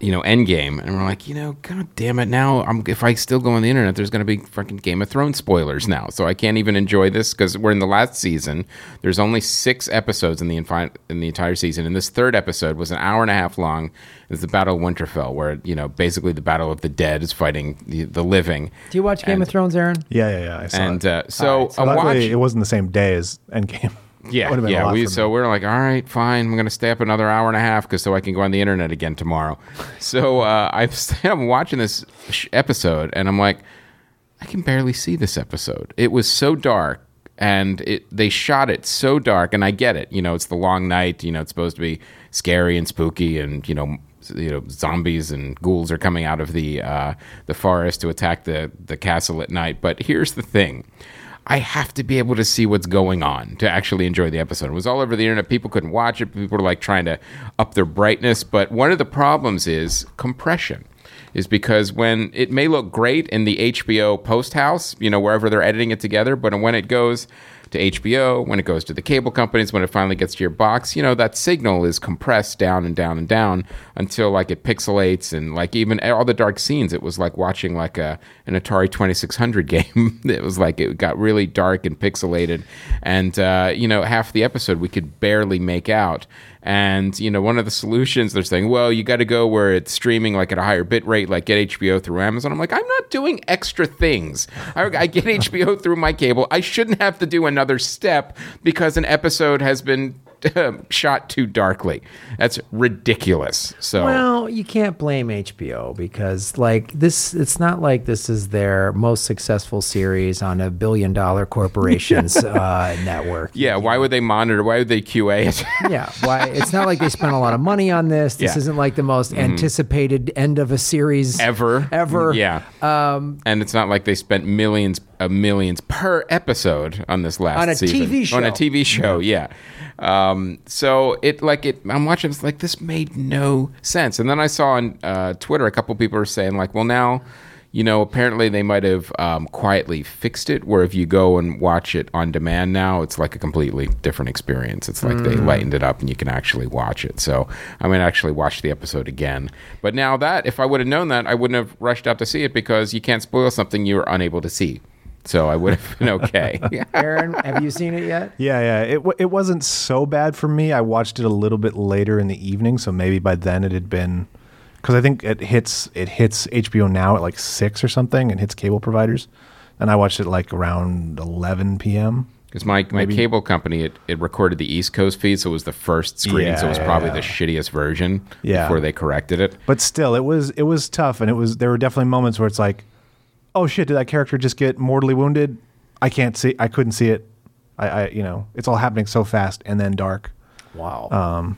S2: you know, Endgame, and we're like, you know, god damn it! Now, I'm, if I still go on the internet, there's going to be fucking Game of Thrones spoilers now, so I can't even enjoy this because we're in the last season. There's only six episodes in the infi- in the entire season, and this third episode was an hour and a half long. It's the Battle of Winterfell, where you know, basically, the Battle of the Dead is fighting the, the living.
S1: Do you watch Game of Thrones, Aaron?
S3: Yeah, yeah, yeah. I saw
S2: And
S3: it.
S2: uh, so,
S3: So
S2: a
S3: luckily,
S2: watch.
S3: it wasn't the same day as Endgame.
S2: Yeah,
S3: Would've been a
S2: yeah.
S3: lot
S2: We,
S3: for me.
S2: so we're like, all right, fine. I'm gonna stay up another hour and a half because so I can go on the internet again tomorrow. So uh, I've, I'm watching this sh- episode and I'm like, I can barely see this episode. It was so dark and it they shot it so dark. And I get it. You know, it's the long night. You know, it's supposed to be scary and spooky and you know. s- You know, zombies and ghouls are coming out of the uh, the forest to attack the the castle at night. But here's the thing: I have to be able to see what's going on to actually enjoy the episode. It was all over the internet. People couldn't watch it. People were like trying to up their brightness. But one of the problems is compression, is because when it may look great in the HBO post house, you know, wherever they're editing it together, but when it goes to HBO, when it goes to the cable companies, when it finally gets to your box, you know, that signal is compressed down and down and down until like it pixelates and like even all the dark scenes, it was like watching like a an Atari 2600 game. it was like it got really dark and pixelated. And, uh, you know, half the episode we could barely make out. And, you know, one of the solutions they're saying, well, you got to go where it's streaming like at a higher bit rate, like get HBO through Amazon. I'm like, I'm not doing extra things. I, I get HBO through my cable. I shouldn't have to do another step because an episode has been um, shot too darkly. That's ridiculous. So,
S1: Well, you can't blame HBO because like this it's not like this is their most successful series on a billion dollar corporation's uh, network.
S2: yeah, why would they monitor? Why would they QA it?
S1: Yeah, why it's not like they spent a lot of money on this. This
S2: Yeah. Mm-hmm.
S1: isn't like the most anticipated end of a series
S2: ever Mm, Um,
S1: Ever.
S2: yeah and it's not like they spent millions uh, millions per episode on this last
S1: On a
S2: season.
S1: TV
S2: on a
S1: show.
S2: tv show yeah um, so it like it i'm watching it's like this made no sense and then i saw on uh, twitter a couple people were saying like well now you know, apparently they might have um, quietly fixed it. Where if you go and watch it on demand now, it's like a completely different experience. It's like they lightened it up and you can actually watch it. So I might actually watch the episode again. But now that, if I would have known that, I wouldn't have rushed out to see it because you can't spoil something you were unable to see. So I would have been okay.
S1: Aaron, have you seen it yet?
S3: Yeah, yeah. It wa- it wasn't so bad for me. I watched it a little bit later in the evening, so maybe by then it had been because I think it hits it hits HBO now at like six or something, and hits cable providers. And I watched it like around eleven p.m.
S2: Because my, my cable company, it, it recorded the East Coast feed, so it was the first screen, so it was
S3: Yeah,
S2: probably
S3: yeah.
S2: the shittiest version
S3: Yeah.
S2: before they corrected it.
S3: But still, it was it was tough, and it was there were definitely moments where it's like, oh shit, did that character just get mortally wounded? I can't see. I couldn't see it. I, I you know, it's all happening so fast and then dark. Um,
S1: Wow.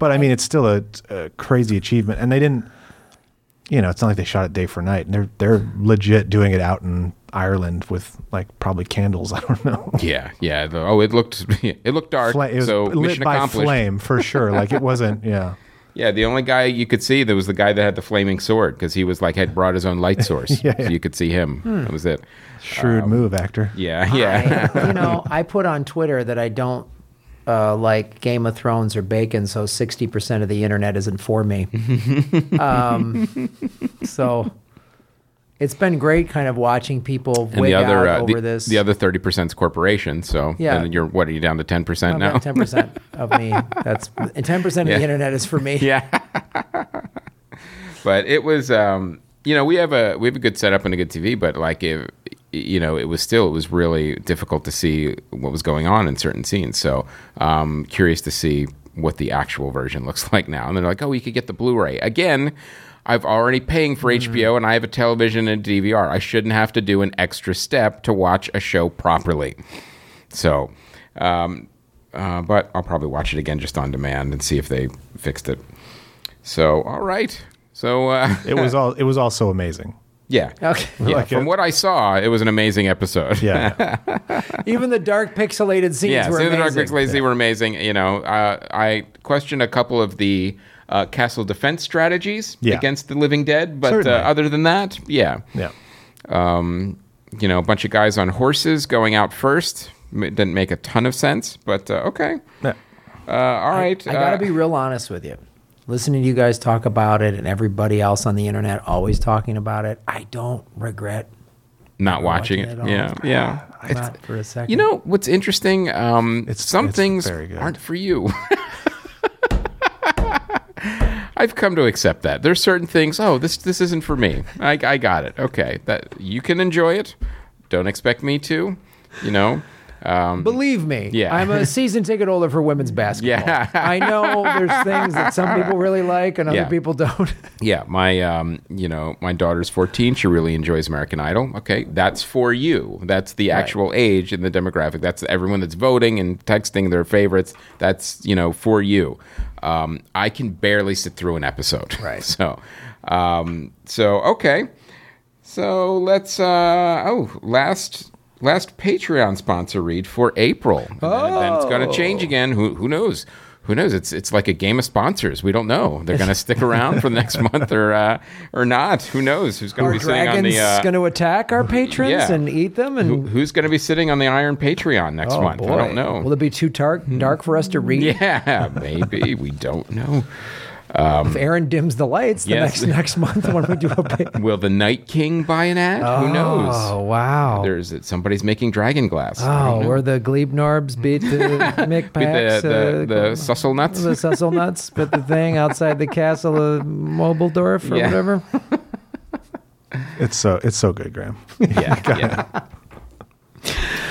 S3: But I mean, it's still a, a crazy achievement, and they didn't. You know, it's not like they shot it day for night. And they're they're legit doing it out in Ireland with like probably candles. I don't know.
S2: Yeah, yeah. the- oh, it looked it looked dark.
S3: Fla- it was
S2: so
S3: lit
S2: mission
S3: by
S2: accomplished.
S3: flame for sure. Like it wasn't. Yeah.
S2: Yeah, the only guy you could see that was the guy that had the flaming sword because he was like had brought his own light source,
S3: Yeah, Hmm. yeah.
S2: so you could see him. That was it.
S3: Shrewd
S2: Um,
S3: move, actor.
S2: Yeah, yeah.
S1: I, you know, I put on Twitter that I don't uh, like Game of Thrones or bacon, so sixty percent of the internet isn't for me. um, so it's been great, kind of watching people
S2: and
S1: wig
S2: the other
S1: out
S2: uh,
S1: over
S2: the,
S1: this.
S2: the other thirty percent is corporation. So
S1: Yeah.
S2: and then you're what are you down to ten percent now?
S1: ten percent of me. That's and ten percent of the
S2: Yeah.
S1: internet is for me.
S2: yeah. but it was, um, you know, we have a we have a good setup and a good TV, but like if you know, it was still it was really difficult to see what was going on in certain scenes. So um, curious to see what the actual version looks like now. And they're like, oh, you could get the Blu-ray again. I've already paying for HBO and I have a television and a DVR. I shouldn't have to do an extra step to watch a show properly. So, um, uh, but I'll probably watch it again just on demand and see if they fixed it. So, all right. So, uh,
S3: It was all. It was also amazing.
S2: yeah.
S1: Okay.
S2: Yeah,
S3: Like
S2: from
S3: it.
S2: what I saw, it was an amazing episode.
S3: Yeah,
S1: Even the dark pixelated scenes
S2: Yeah,
S1: were
S2: Save the Dark
S1: amazing.
S2: Picks Lazy were amazing. You know, uh, I questioned a couple of the uh, castle defense strategies
S3: Yeah.
S2: against the Living Dead, but uh,
S3: Certainly.
S2: other than that, yeah.
S3: yeah.
S2: Um, you know, a bunch of guys on horses going out first M- didn't make a ton of sense, but uh, okay.
S3: Yeah.
S2: Uh, all right.
S1: I gotta
S2: uh,
S1: be real honest with you. Listening to you guys talk about it and everybody else on the internet always talking about it, I don't regret
S2: not watching,
S1: watching
S2: it.
S1: it all.
S2: yeah, yeah. It's-
S1: not for a second.
S2: you know what's interesting? Um,
S3: It's-
S2: some
S3: it's
S2: things
S3: very good.
S2: aren't for you. I've come to accept that. There's certain things. Oh, this this isn't for me. I, I got it. Okay, that you can enjoy it. Don't expect me to. You know. Um,
S1: believe me,
S2: Yeah.
S1: I'm a season ticket holder for women's basketball.
S2: Yeah.
S1: I know there's things that some people really like and other
S2: Yeah.
S1: people don't.
S2: yeah, my um, you know, my daughter's 14. She really enjoys American Idol. Okay, that's for you. That's the actual age and the demographic. That's everyone that's voting and texting their favorites. That's you know for you. Um, I can barely sit through an episode.
S1: Right.
S2: So, um, so okay. So let's. Uh, oh, last last Patreon sponsor read for April. And then- then, it's
S1: Oh.
S2: going to change again. Who who knows? Who knows? It's it's like a game of sponsors. We don't know. They're going to stick around for the next month or uh, or not. Who knows? Who's going
S1: Are
S2: to be sitting on
S1: dragons
S2: the uh,
S1: going to attack our patrons
S2: Yeah.
S1: and eat them? And
S2: who- Who's going to be sitting on the Iron Patreon next
S1: oh,
S2: month?
S1: boy.
S2: I don't know. Hmm.
S1: Will it be too dark dark for us to read?
S2: yeah, maybe we don't know.
S1: If Aaron dims the lights the
S2: Yes.
S1: next next month when we do a big.
S2: Will the Night King buy an ad? Who knows?
S1: Oh wow.
S2: There's somebody's making dragon glass. I don't
S1: Oh, where the Gleebnorbs beat the Mick
S2: Be the
S1: Packs,
S2: the,
S1: uh,
S2: the Sussel nuts.
S1: the Cecil Nuts, but the thing outside the castle of Mobiledorf or
S2: Yeah.
S1: whatever.
S3: It's so. It's so good, Graham.
S2: yeah, yeah.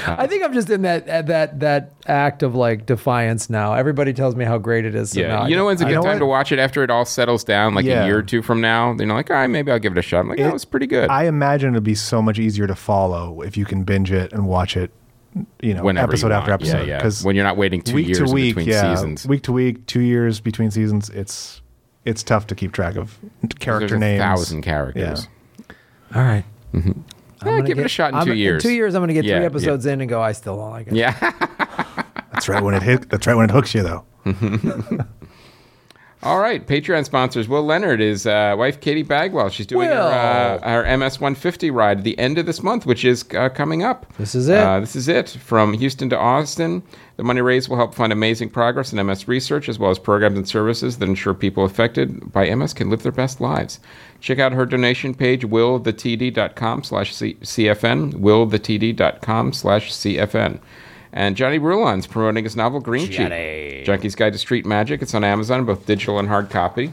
S1: I think I'm just in that uh, that that act of like defiance now. Everybody tells me how great it is. So
S2: yeah.
S1: now I
S2: you know
S1: go,
S2: when's a
S3: I
S2: good time
S3: know
S2: to
S3: what-
S2: watch it after it all settles down, like
S3: Yeah.
S2: a year or two from now. Then you're like, all right, maybe I'll give it a shot. I'm like, that
S3: It-
S2: was pretty good.
S3: I imagine it'd be so much easier to follow if you can binge it and watch it. You know,
S2: Whenever you
S3: episode after
S2: want. Yeah,
S3: episode.
S2: yeah.
S3: 'cause
S2: When you're not waiting two
S3: week
S2: years
S3: to
S2: in
S3: week,
S2: between
S3: yeah,
S2: seasons.
S3: Week to week, two years between seasons. It's it's tough to keep track of
S2: There's
S3: character
S2: a
S3: names.
S2: thousand characters.
S1: All right. I'm
S2: Eh,
S1: gonna
S2: give it
S1: get-
S2: a shot in
S1: I'm-
S2: two years.
S1: two years, I'm going to get
S2: Yeah,
S1: three
S2: yeah.
S1: episodes in and go. I still don't like it.
S2: Yeah.
S3: That's right when it hit. That's right when it hooks you, though.
S2: Hmm. All right, Patreon sponsors. Will Leonard is uh, wife Katie Bagwell. She's doing
S1: Will.
S2: her, uh, her MS 150 ride at the end of this month, which is uh, coming up.
S1: This is it.
S2: Uh, this is it. From Houston to Austin, the money raised will help fund amazing progress in MS research, as well as programs and services that ensure people affected by MS can live their best lives. Check out her donation page, willthetd.com slash CFN, willthetd.com slash CFN. And Johnny Rulon's promoting his novel Green Cheek, Junkie's Guide to Street Magic. It's on Amazon, both digital and hard copy.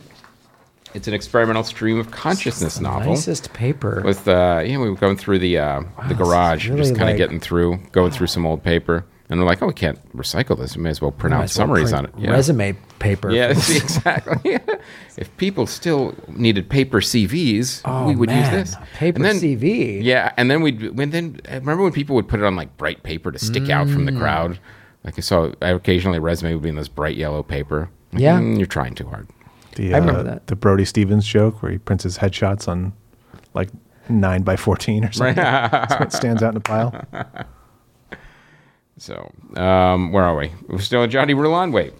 S2: It's an experimental stream of consciousness novel.
S1: Nicest paper.
S2: With uh, yeah, we were going through the uh, the garage,
S1: really
S2: just kind of
S1: like-
S2: getting through, going through some old paper, and they're like, "Oh, we can't recycle this. We may as well print
S1: Might
S2: out
S1: as well
S2: summaries on
S1: print
S2: it." Yeah,
S1: Resume paper.
S2: yeah, see, exactly. if people still needed paper CVs,
S1: Oh,
S2: we would use
S1: man.
S2: this
S1: Paper
S2: And then-
S1: CV.
S2: Yeah, and then we'd when then remember when people would put it on like bright paper to stick out from the
S1: Mm.
S2: crowd. Like I saw, occasionally a resume would be in this bright yellow paper. Like,
S1: Yeah.
S2: "Mm, you're trying too hard.
S3: The,
S1: I remember
S3: uh,
S1: that.
S3: The Brody Stevens joke where he prints his headshots on like nine by fourteen or something. so it stands out in a pile.
S2: So, um, where are we? We're still at Johnny Rulon. Wait,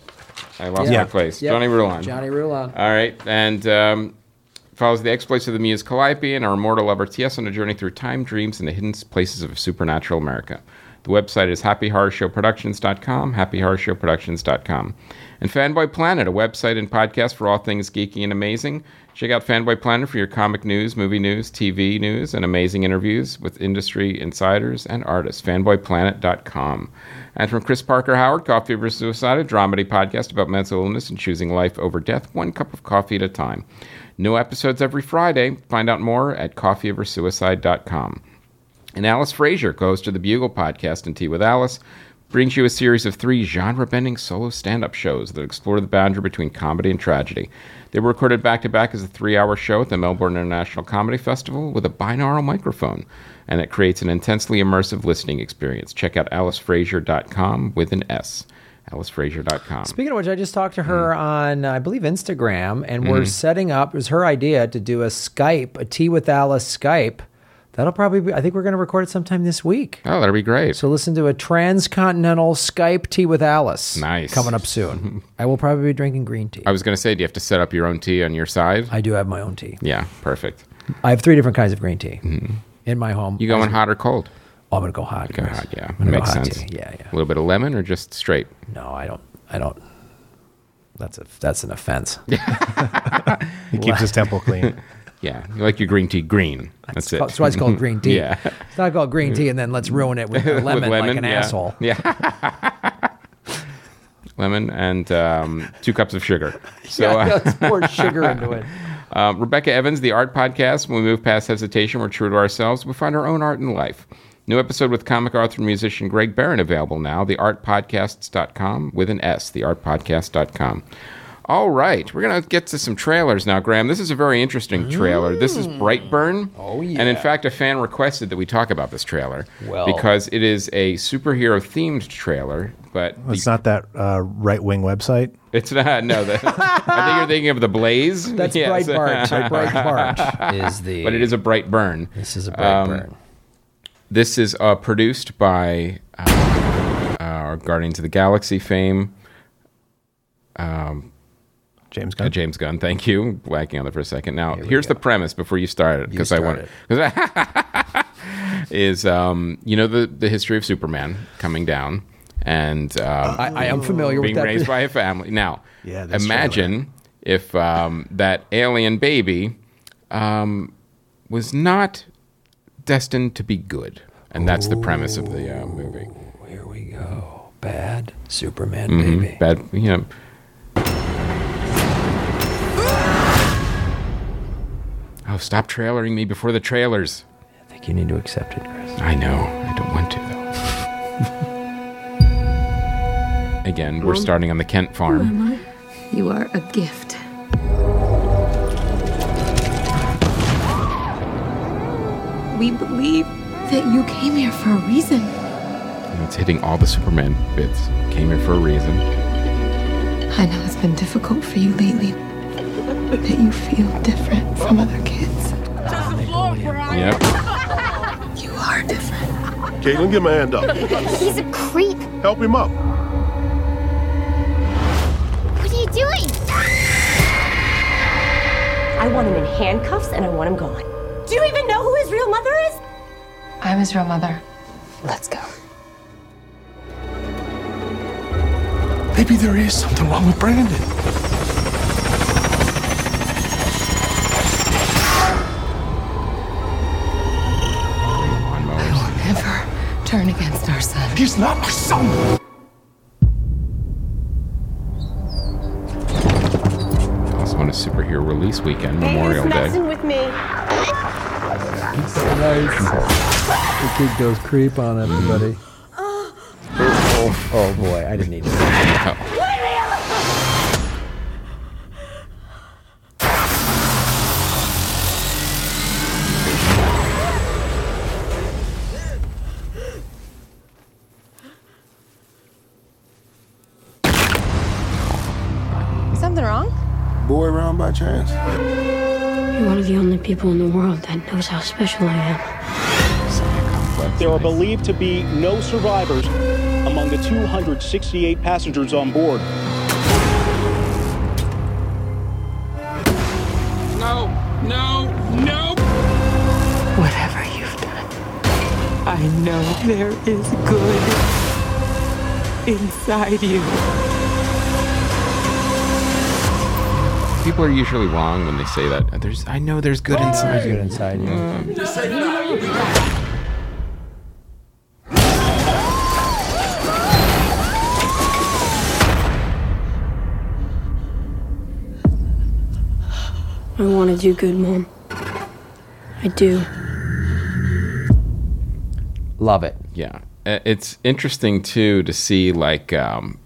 S2: I lost
S1: Yeah.
S2: my place.
S1: Yep.
S2: Johnny Rulon. Uh,
S1: Johnny Rulon.
S2: All right, and um, follows the exploits of the muse Calliope and our immortal lover T.S. on a journey through time, dreams, and the hidden places of supernatural America. The website is happyhorrorshowproductions.com, happyhorrorshowproductions.com. And Fanboy Planet, a website and podcast for all things geeky and amazing. Check out Fanboy Planet for your comic news, movie news, TV news, and amazing interviews with industry insiders and artists. Fanboyplanet.com. And from Chris Parker Howard, Coffee Over Suicide, a dramedy podcast about mental illness and choosing life over death, one cup of coffee at a time. New episodes every Friday. Find out more at coffeeoversuicide.com. And Alice Frazier, co-host of the Bugle podcast and Tea with Alice, brings you a series of three genre bending solo stand up shows that explore the boundary between comedy and tragedy. They were recorded back to back as a three hour show at the Melbourne International Comedy Festival with a binaural microphone, and it creates an intensely immersive listening experience. Check out alicefrazier.com with an S. AliceFrazier.com.
S1: Speaking of which, I just talked to her
S2: Mm-hmm.
S1: on, I believe, Instagram, and we're setting up. It was her idea to do a Skype, a Tea with Alice Skype. That'll probably be. I think we're going to record it sometime this week.
S2: Oh, that'd be great.
S1: So listen to a transcontinental Skype Tea with Alice.
S2: Nice.
S1: coming up soon. I will probably be drinking green tea.
S2: I was going to say, do you have to set up your own tea on your side?
S1: I do have my own tea.
S2: yeah, perfect.
S1: I have three different kinds of green tea in my home.
S2: Mm-hmm. You going hot or cold?
S1: Oh, I'm gonna go hot.
S2: Go
S1: Chris.
S2: hot, yeah.
S1: I'm gonna go
S2: Makes
S1: hot
S2: sense.
S1: tea. Yeah, yeah.
S2: A little bit of lemon or just straight?
S1: No, I don't. I don't. That's a that's an offense.
S3: He keeps his temple clean.
S2: Yeah, you like your green tea green. That's, it.
S1: That's why it's called green tea.
S2: Yeah.
S1: It's not called green tea, and then let's ruin it with a lemon, like an
S2: yeah.
S1: asshole.
S2: Yeah. lemon and um, two cups of sugar. So
S1: yeah,
S2: uh,
S1: let's pour sugar into it.
S2: Um, Rebecca Evans, The Art Podcast. When we move past hesitation, we're true to ourselves. We find our own art in life. New episode with comic author and musician Greg Barron available now. TheArtPodcasts.com with an S. TheArtPodcast.com. All right, we're going to get to some trailers now, Graham. This is a very interesting trailer. This is Brightburn. Oh,
S1: yeah.
S2: And in fact, a fan requested that we talk about this trailer
S1: Well.
S2: because it is a superhero themed trailer, but the-
S3: It's not that uh, right wing website.
S2: it's not. No, the, I think you're thinking of The Blaze.
S1: That's
S2: Yes.
S1: Breitbart. Breitbart is the.
S2: But it is a bright burn. Um,
S1: This is a Breitbart.
S2: This is uh, produced by uh, our Guardians of the Galaxy fame,
S3: James
S2: uh,
S3: Gunn.
S2: James Gunn. Thank you. Blacking on there for a second. Now, here's the premise before you start it, because I
S1: start
S2: want
S1: it.
S2: because is um, you know the the history of Superman coming down and um,
S1: I, I am familiar with
S2: being
S1: that.
S2: raised by a family. Now,
S3: Yeah, that's
S2: imagine if um, that alien baby um, was not destined to be good, and that's the premise of the uh, movie.
S1: Here we go. Bad Superman baby.
S2: Bad, you know. Oh, stop trailering me before the trailers.
S1: I think you need to accept it, Chris.
S2: I know. I don't want to, though. Again, we're starting on the Kent farm.
S4: Mama, you are a gift. We believe that you came here for a reason.
S2: And It's hitting all the Superman bits. Came here for a reason.
S4: I know it's been difficult for you lately, that you feel different from other kids.
S2: Yep.
S4: You are different.
S5: Caitlin, get my hand up.
S6: He's a creep.
S5: Help him up.
S6: What are you doing?
S7: I want him in handcuffs and I want him gone. Do you even know who his real mother is?
S4: I'm his real mother.
S7: Let's go.
S8: Maybe there is something wrong with Brandon.
S2: Lawnmowers.
S4: Never turn against our son.
S8: He's not my son.
S2: Also on a superhero release weekend, Memorial
S7: He's
S2: Day.
S7: messing with me.
S1: The kid goes creep on everybody. Oh, oh boy, I didn't need to.
S7: Something wrong?
S5: Boy around by chance.
S9: You're one of the only people in the world that knows how special I am.
S10: There are believed to be no survivors among the 268 passengers on board.
S8: No, no, no.
S7: Whatever you've done, I know there is good inside you.
S2: People are usually wrong when they say that. There's, I know there's good inside
S1: Good
S2: you.
S1: inside you.
S9: I want to do good, Mom. I do.
S1: Love it.
S2: Yeah. uh, it's interesting too to see like um,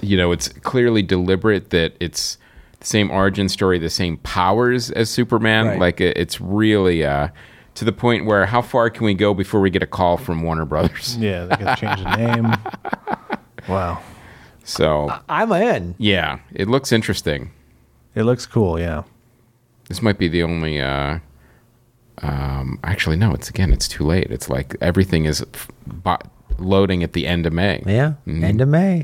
S2: you know it's clearly deliberate that it's the same origin story the same powers as superman
S1: Right.
S2: like it, it's really uh, to the point where how far can we go before we get a call from warner brothers
S3: Yeah, they got to change the name. Wow,
S2: so
S1: I'm in.
S2: yeah it looks interesting
S3: it looks cool. Yeah,
S2: this might be the only uh, um, actually no it's again it's too late it's like everything is f- bo- loading at the end of may
S1: Yeah.
S2: Mm-hmm.
S1: End of May.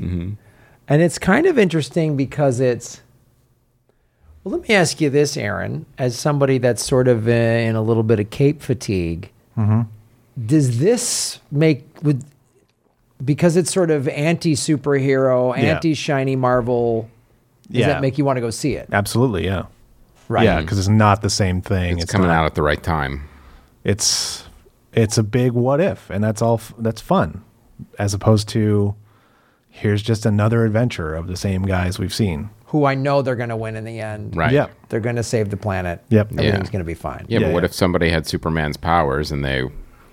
S1: And it's kind of interesting because it's. Well, let me ask you this, Aaron, as somebody that's sort of uh, in a little bit of cape fatigue,
S3: Mm-hmm.
S1: does this make with because it's sort of anti superhero,
S3: Yeah.
S1: anti shiny Marvel? Does
S3: Yeah.
S1: that make you want to go see it?
S3: absolutely. Yeah,
S1: Right.
S3: Yeah, because it's not the same thing.
S2: it's, coming
S3: not-
S2: out at the right time
S3: It's it's a big what if, and that's all. F- that's fun, as opposed to here's just another adventure of the same guys we've seen.
S1: Who I know they're going to win in the end.
S2: right
S3: Yep.
S1: They're going to save the planet.
S3: Yep. Yeah.
S1: Everything's going to be fine.
S2: Yeah,
S3: Yeah,
S2: but what
S3: yeah.
S2: if somebody had Superman's powers and they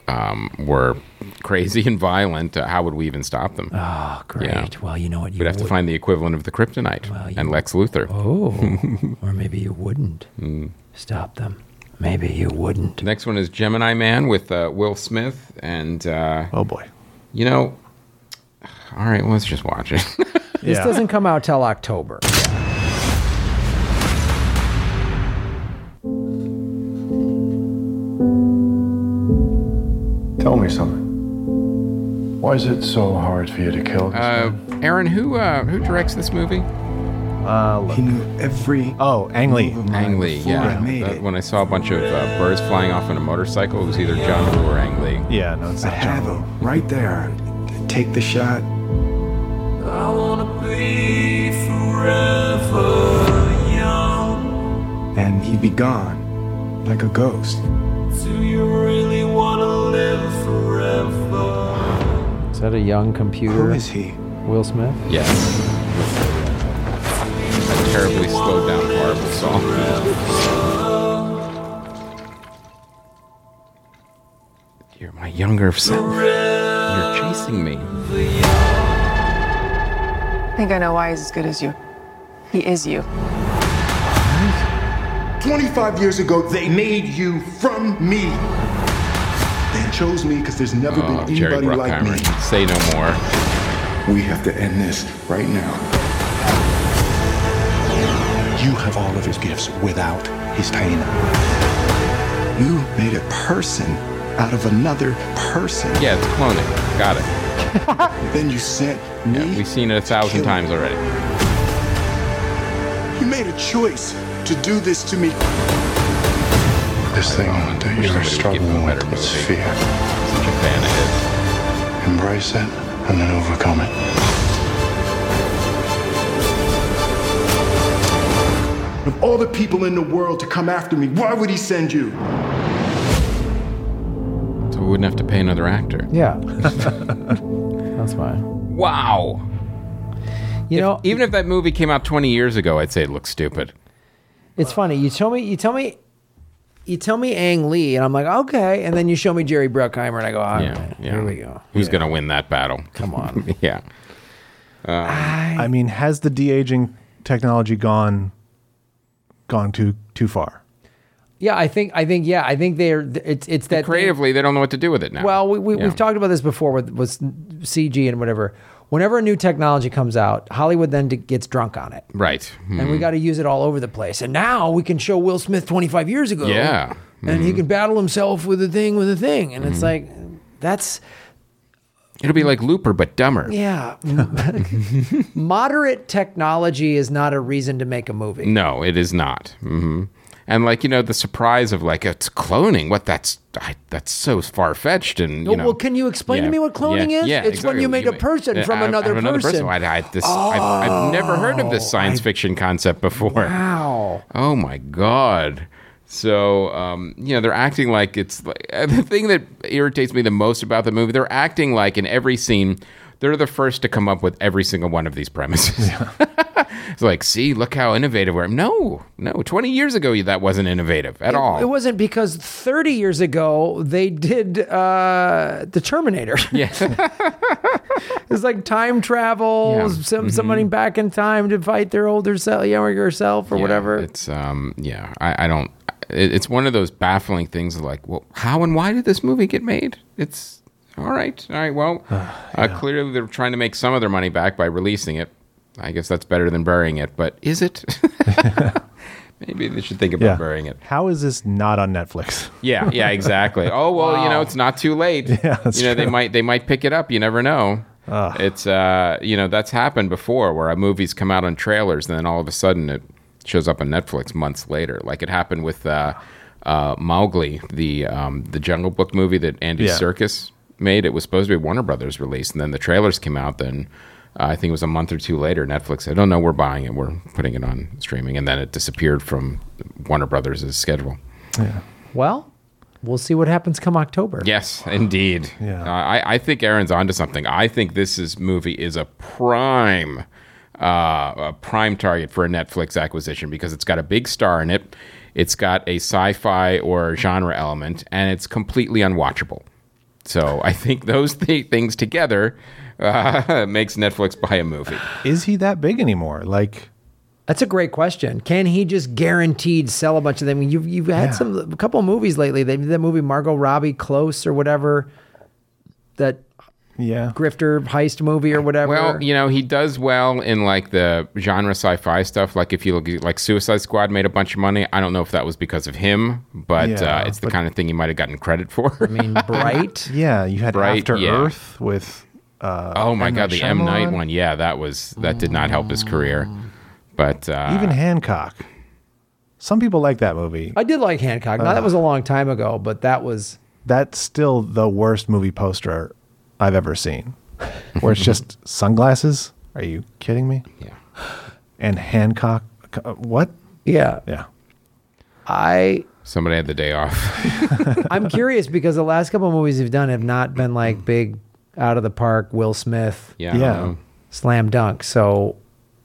S2: um, were crazy and violent? Uh, how would we even stop them?
S1: Oh, great.
S2: Yeah.
S1: Well, you know what? You
S2: We'd have to
S1: would-
S2: find the equivalent of the kryptonite
S1: you-
S2: and Lex Luthor.
S1: Oh, or maybe you wouldn't
S2: Hmm.
S1: stop them. Maybe you wouldn't.
S2: The next one is Gemini Man with uh, Will Smith. And, uh,
S3: Oh boy.
S2: you know, all right, well, let's just watch it.
S1: This
S3: yeah.
S1: doesn't come out till October.
S8: Tell me something. Why is it so hard for you to kill this
S2: uh, Aaron, who uh, who directs this movie?
S8: He knew every
S3: Oh, Ang Lee.
S2: Ang Lee, yeah.
S8: I made
S2: That-
S8: it.
S2: when I saw a bunch of uh, birds flying off on a motorcycle, it was either John Woo or Ang Lee.
S3: Yeah, no, it's
S8: I
S3: not
S8: have him
S3: John.
S8: uh, right there. Take the shot. And he'd be gone like a ghost.
S1: Is that a young
S8: Who
S1: computer,
S8: is he?
S1: Will Smith?
S2: Yes. A terribly slowed down, horrible song. You're my younger self. You're chasing me.
S11: I think I know why he's as good as you. He is you.
S5: 25 years ago, they made you from me. They chose me because there's never
S2: Oh,
S5: been
S2: Jerry
S5: anybody like
S2: Bruckheimer.
S5: me.
S2: Say no more.
S8: We have to end this right now.
S5: You have all of his gifts without his pain.
S8: You made a person out of another person.
S2: Yeah, it's cloning. Got it.
S8: Then you sent me.
S2: Yeah, we've seen it a thousand times already.
S8: You made a choice to do this to me. This thing that you're
S2: Somebody would give him
S8: struggling
S2: a
S8: with
S2: better
S8: is
S2: movie.
S8: fear.
S2: Such a fan of his.
S8: Embrace it and then overcome it.
S5: Of all the people in the world to come after me, why would he send you?
S2: So we wouldn't have to pay another actor.
S1: Yeah. That's fine.
S2: Wow.
S1: You know,
S2: Even if that movie came out 20 years ago, I'd say it looks stupid.
S1: it's funny. You tell me, you tell me, you tell me Ang Lee, and I'm like, okay. And then you show me Jerry Bruckheimer, and I go, all right,
S2: Yeah, yeah.
S1: here we go.
S2: Who's going to win that battle?
S1: Come on.
S2: yeah.
S3: I mean, has the de aging technology gone gone too too far?
S1: yeah, I think, I think, yeah, I think they're. It's it's that thing-
S2: Creatively, they don't know what to do with it now.
S1: Well, we, we,
S2: Yeah.
S1: we've talked about this before with, with CG and whatever. Whenever a new technology comes out, Hollywood then d- gets drunk on it.
S2: Right.
S1: And we got to use it all over the place. And now we can show Will Smith 25 years ago.
S2: Yeah. Mm-hmm.
S1: And he can battle himself with a thing with a thing. And it's like, that's,
S2: It'll be like Looper, but dumber.
S1: yeah. Moderate technology is not a reason to make a movie.
S2: No, it is not. hmm And like you know, the surprise of like it's cloning. What that's I, that's so far fetched. And you
S1: Well,
S2: know,
S1: well, can you explain to me what cloning is?
S2: Yeah,
S1: It's when you make a person
S2: yeah,
S1: from
S2: I- I
S1: another
S2: have
S1: person. Oh,
S2: I, I, this, I've, I've never heard of this science fiction concept before.
S1: Wow.
S2: Oh my god. So um, you know they're acting like it's like, the thing that irritates me the most about the movie. They're acting like in every scene They're the first to come up with every single one of these premises. it's like, see, look how innovative we're. No, no, twenty years ago that wasn't innovative at all.
S1: It wasn't because 30 years ago they did uh, the Terminator.
S2: Yes.
S1: it's like time travel,
S2: Yeah. Mm-hmm.
S1: some, somebody back in time to fight their older self, younger self, or
S2: Yeah,
S1: whatever.
S2: It's um, yeah, I, I don't. It, it's one of those baffling things. of Like, well, how and why did this movie get made? It's all right, all right. Well, uh, clearly they're trying to make some of their money back by releasing it. I guess that's better than burying it, but is it? Maybe they should think about
S3: Yeah.
S2: burying it.
S3: How is this not on Netflix?
S2: Yeah, yeah, exactly. Oh well, you know, it's not too late. Yeah,
S3: that's
S2: you know, they
S3: true.
S2: might they might pick it up. You never know. It's uh, you know, that's happened before where a movie's come out on trailers and then all of a sudden it shows up on Netflix months later. Like it happened with uh, uh, Mowgli, the um, the Jungle Book movie that Andy
S3: Yeah.
S2: Circus made. It was supposed to be a Warner Brothers release, and then the trailers came out. Then uh, I think it was a month or two later, Netflix said, "Oh no, we're buying it. We're putting it on streaming," and then it disappeared from Warner Brothers' schedule.
S1: well, we'll see what happens come October.
S2: Yes, indeed.
S3: Yeah.
S2: Uh, I, I think Aaron's onto something. I think this is movie is a prime, uh, a prime target for a Netflix acquisition because it's got a big star in it, it's got a sci-fi or genre element, and it's completely unwatchable. So I think those th- things together uh, makes Netflix buy a movie.
S3: Is he that big anymore? Like,
S1: That's a great question. Can he just guaranteed sell a bunch of them? You've, you've had
S3: Yeah.
S1: some a couple of movies lately. They did that movie Margot Robbie Close or whatever, that
S3: yeah,
S1: grifter heist movie or whatever.
S2: Well, you know, he does well in like the genre sci-fi stuff. Like if you look, at- like Suicide Squad made a bunch of money. I don't know if that was because of him, but
S3: Yeah,
S2: uh, it's the
S3: but-
S2: kind of thing he might have gotten credit for.
S1: I mean, Bright.
S3: yeah. You had
S2: Right,
S3: After
S2: yeah.
S3: Earth with. Uh,
S2: oh my
S3: M.
S2: god,
S3: Night
S2: the M Night
S3: Shyamalan. Mm.
S2: one. Yeah, that was that did not help his career. But uh,
S3: Even Hancock. Some people like that movie.
S1: I did like Hancock. Now that was a long time ago, but that was
S3: That's still the worst movie poster I've ever seen. Where it's just sunglasses. Are you kidding me?
S2: yeah.
S3: And Hancock. uh, What?
S1: yeah.
S3: Yeah.
S1: I
S2: somebody had the day off.
S1: I'm curious because the last couple of movies you've done have not been like big out of the park Will Smith
S2: yeah, I don't
S3: Yeah.
S2: know.
S1: slam dunk. So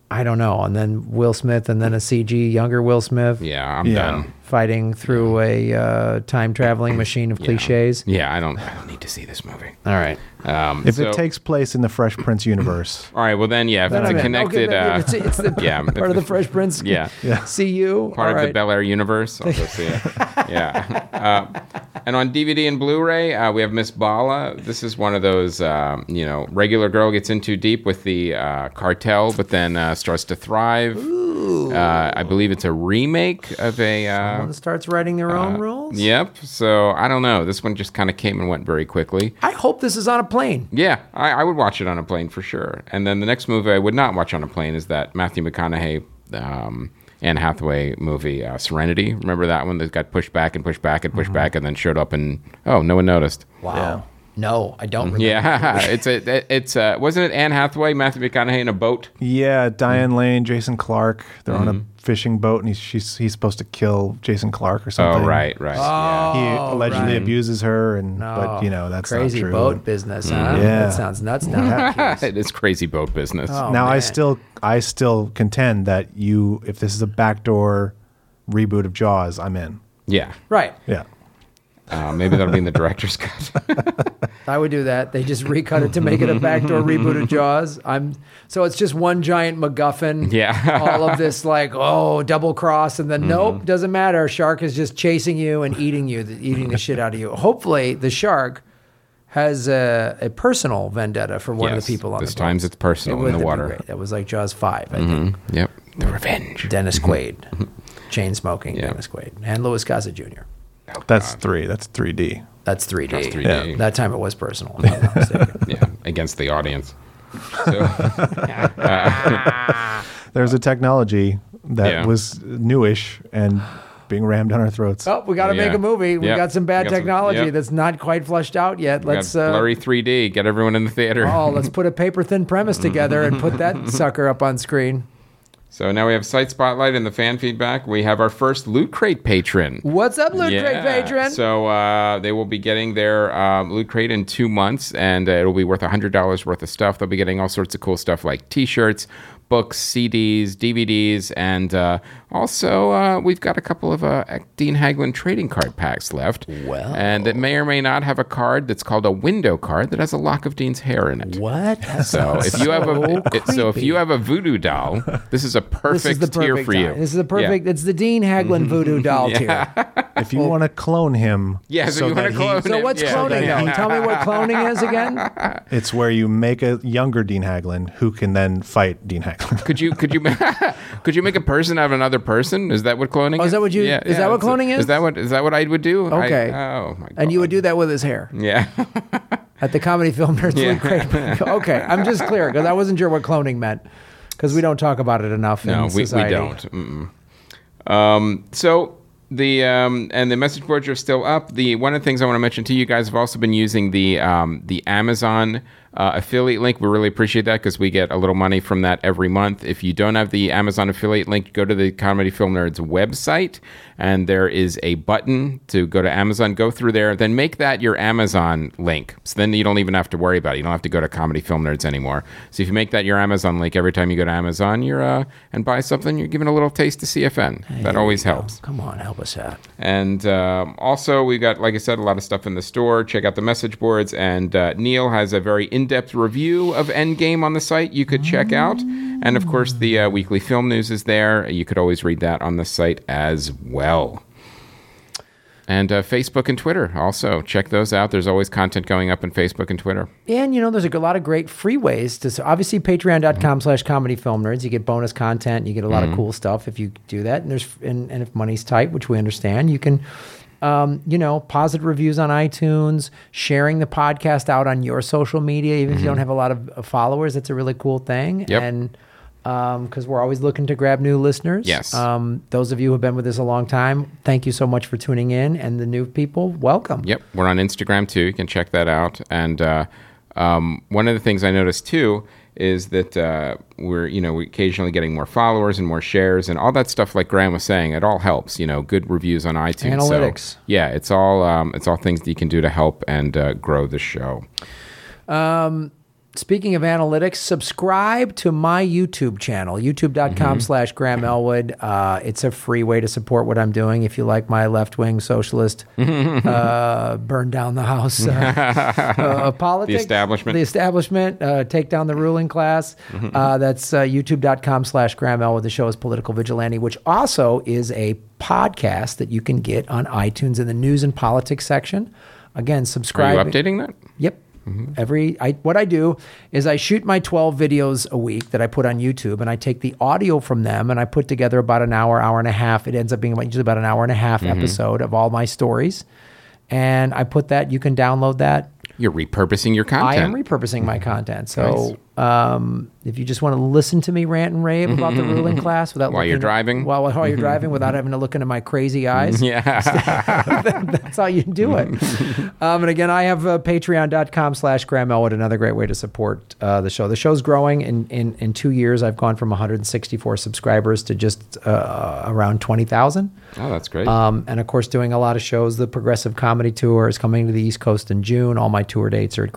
S1: I don't know. And then Will Smith and then a CG younger Will Smith
S2: yeah. I'm
S3: Yeah.
S2: done.
S1: fighting through a uh, time traveling machine of cliches.
S2: Yeah, I don't. I don't need to see this movie.
S1: All right.
S2: Um,
S3: If
S2: so-
S3: it takes place in the Fresh Prince universe,
S2: all right, well then, yeah, if
S1: Wait
S2: it's
S1: a
S2: a
S1: minute.
S2: connected,
S1: Okay,
S2: uh,
S1: it's, it's the
S2: yeah,
S1: part of the Fresh Prince.
S2: Yeah.
S3: Yeah.
S1: See you.
S2: part
S1: All
S2: of
S1: right.
S2: the Bel Air universe. I'll go see it. yeah. Uh, and on DVD and Blu-ray, uh, we have Miss Bala. This is one of those, um, you know, regular girl gets in too deep with the uh, cartel, but then uh, starts to thrive. Uh, I believe it's a remake of a. Uh,
S1: Everyone starts writing their own rules.
S2: yep. So I don't know. This one just kind of came and went very quickly.
S1: I hope this is on a plane.
S2: Yeah, I, I would watch it on a plane for sure. And then the next movie I would not watch on a plane is that Matthew McConaughey, um, Anne Hathaway movie, uh, Serenity. Remember that one that got pushed back and pushed back and
S1: Mm-hmm.
S2: pushed back and then showed up and oh, no one noticed.
S1: Wow. No, I don't remember.
S2: Mm-hmm. Yeah, it's a it's a, wasn't it Anne Hathaway, Matthew McConaughey in a boat?
S3: yeah, Diane
S2: Mm.
S3: Lane, Jason Clark, they're on a
S2: Mm-hmm.
S3: fishing boat, and he's she's, he's supposed to kill Jason Clark or
S2: Oh
S3: something.
S2: right, right.
S1: Oh.
S2: yeah.
S3: He allegedly abuses her, and but you know that's
S1: Crazy
S3: not true.
S1: boat business, huh?
S2: Mm-hmm.
S3: Yeah.
S1: That sounds nuts now.
S2: It is crazy boat business.
S1: Oh,
S3: now I still I still contend that you if this is a backdoor reboot of Jaws, I'm in.
S2: Yeah,
S1: right.
S3: Yeah.
S2: uh, maybe that'll be in the director's cut.
S1: I would do that. They just recut it to make it a backdoor reboot of Jaws. I'm so it's just one giant MacGuffin.
S2: Yeah. Mm-hmm.
S1: all of this like oh double cross and then nope doesn't matter. Shark is just chasing you and eating you, eating the shit out of you. Hopefully the shark has a, a personal vendetta for one of
S2: Yes,
S1: the people on
S2: this
S1: the
S2: times
S1: boat.
S2: it's personal in
S1: would
S2: the
S1: be
S2: water. Mm-hmm.
S1: great. That was like Jaws five. I think
S2: Yep, the revenge.
S1: Dennis Quaid, chain smoking
S2: Yeah.
S1: Dennis Quaid and Louis Casa Jr.
S3: That's three. That's three D.
S1: That's 3D.
S2: That's 3D.
S1: That time it was personal. if I'm not mistaken.
S2: yeah, against the audience. So.
S3: There's a technology that
S2: Yeah.
S3: was newish and being rammed down our throats.
S1: oh, we got to
S2: Yeah.
S1: make a movie. We
S2: Yep.
S1: got some bad
S2: We got some-
S1: technology
S2: yep.
S1: that's not quite flushed out yet. Let's
S2: Got
S1: uh,
S2: blurry 3D. Get everyone in the theater.
S1: oh, let's put a paper thin premise together and put that sucker up on screen.
S2: So now we have site spotlight and the fan feedback. We have our first loot crate patron.
S1: What's up, Loot Crate patron?
S2: So uh, they will be getting their um, loot crate in two months, and uh, it'll be worth hundred dollars worth of stuff. They'll be getting all sorts of cool stuff like T-shirts, books, CDs, DVDs, and uh, also uh, we've got a couple of uh, Dean Haglund trading card packs left. Well, and it may or may not have a card that's called a window card that has a lock of Dean's hair in it.
S1: What?
S2: So if you have a it- so if you have a voodoo doll, this is a perfect,
S1: This is the
S2: tier
S1: perfect
S2: for
S1: guy.
S2: you.
S1: This is the
S2: Yeah.
S1: perfect. It's the Dean Haglund voodoo doll
S2: Yeah.
S1: tier.
S3: If you want to clone him,
S2: Yeah, so you wanna
S3: that he-
S2: clone
S1: So
S2: him,
S1: what's
S2: yeah.
S1: cloning
S2: Yeah.
S1: though? Tell me what cloning is again.
S3: It's where you make a younger Dean Haglund who can then fight Dean Haglund.
S2: Could you could you could you make a person out of another person? Is that what cloning?
S1: Oh, is that what you-
S2: Yeah,
S1: is that
S2: yeah,
S1: what
S2: it's-
S1: cloning is?
S2: Is that what is that what I would do? I-
S1: Okay.
S2: oh my god.
S1: And you would do that with his hair
S2: Yeah.
S1: at the comedy film nerds
S2: Yeah.
S1: Loot Crate. Okay, I'm just clear because I wasn't sure what cloning meant because we don't talk about it enough.
S2: No,
S1: in
S2: we, we
S1: society.
S2: don't. Mm-mm. Um, so the um, and the message boards are still up. The one of the things I want to mention to you guys have also been using the um, the Amazon uh, affiliate link. We really appreciate that because we get a little money from that every month. If you don't have the Amazon affiliate link, go to the Comedy Film Nerds website and there is a button to go to Amazon. Go through there, then make that your Amazon link. So then you don't even have to worry about it. You don't have to go to Comedy Film Nerds anymore. So if you make that your Amazon link every time you go to Amazon, you're uh, and buy something, you're giving a little taste to CFN. that always helps.
S1: Come on, help us out.
S2: And um, also, we've got, like I said, a lot of stuff in the store. Check out the message boards. And uh, Neil has a very in depth review of Endgame on the site you could check out. And of course, the uh, weekly film news is there. You could always read that on the site as well. And uh, Facebook and Twitter also. Check those out. There's always content going up in Facebook and Twitter.
S1: And you know, there's a lot of great free ways to. So obviously, patreon.com slash comedy film nerds. You get bonus content. You get a lot
S2: Mhm.
S1: of cool stuff if you do that. And there's and, and if money's tight, which we understand, you can, um, you know, positive reviews on iTunes, sharing the podcast out on your social media, even if you don't have a lot of uh, followers. That's a really cool thing.
S2: Mm-hmm. Yep.
S1: And because we're always looking to grab new listeners.
S2: Yes.
S1: Um, those of you who have been with us a long time, thank you so much for tuning in. And the new people, welcome.
S2: Yep, we're on Instagram too. You can check that out. And uh, um, one of the things I noticed too is that uh, we're you know we're occasionally getting more followers and more shares and all that stuff. Like Graham was saying, it all helps. You know, good reviews on iTunes. So,
S1: Analytics.
S2: yeah, it's all um, it's all things that you can do to help and uh, grow the show.
S1: Um, speaking of analytics, subscribe to my YouTube channel, youtube.com
S2: Mm-hmm.
S1: slash Graham Elwood. Uh, it's a free way to support what I'm doing. If you like my left wing socialist, uh, burn down the house uh, uh, politics,
S2: establishment. Mm-hmm.
S1: the establishment, uh, take down the ruling class. Uh, that's uh, youtube.com slash Graham Elwood. The show is Political Vigilante, which also is a podcast that you can get on iTunes in the news and politics section. Again,
S2: Are
S1: subscribe.
S2: you updating that?
S1: Yep.
S2: Mm-hmm.
S1: Every I what I do is I shoot my 12 videos a week that I put on YouTube and I take the audio from them and I put together about an hour, hour and a half. It ends up being about- usually about an hour and a half
S2: Mhm.
S1: episode of all my stories. And I put that you can download that.
S2: You're repurposing your
S1: I
S2: content. Mm-hmm.
S1: am repurposing my content. So um, if you just want to listen to me rant and rave about the ruling class without
S2: Mm-hmm. While you're
S1: looking-
S2: driving? Mm-hmm.
S1: while while you're driving without having to look into my crazy eyes,
S2: yeah.
S1: that's how you do it. um, and again, I have uh, patreon.com slash Graham Elwood, another great way to support uh, the show. The show's growing. In, in, in two years, I've gone from 164 subscribers to just uh, around 20,000.
S2: oh, that's great.
S1: Um, and of course, doing a lot of shows. The Progressive Comedy Tour is coming to the East Coast in June. All my tour dates are at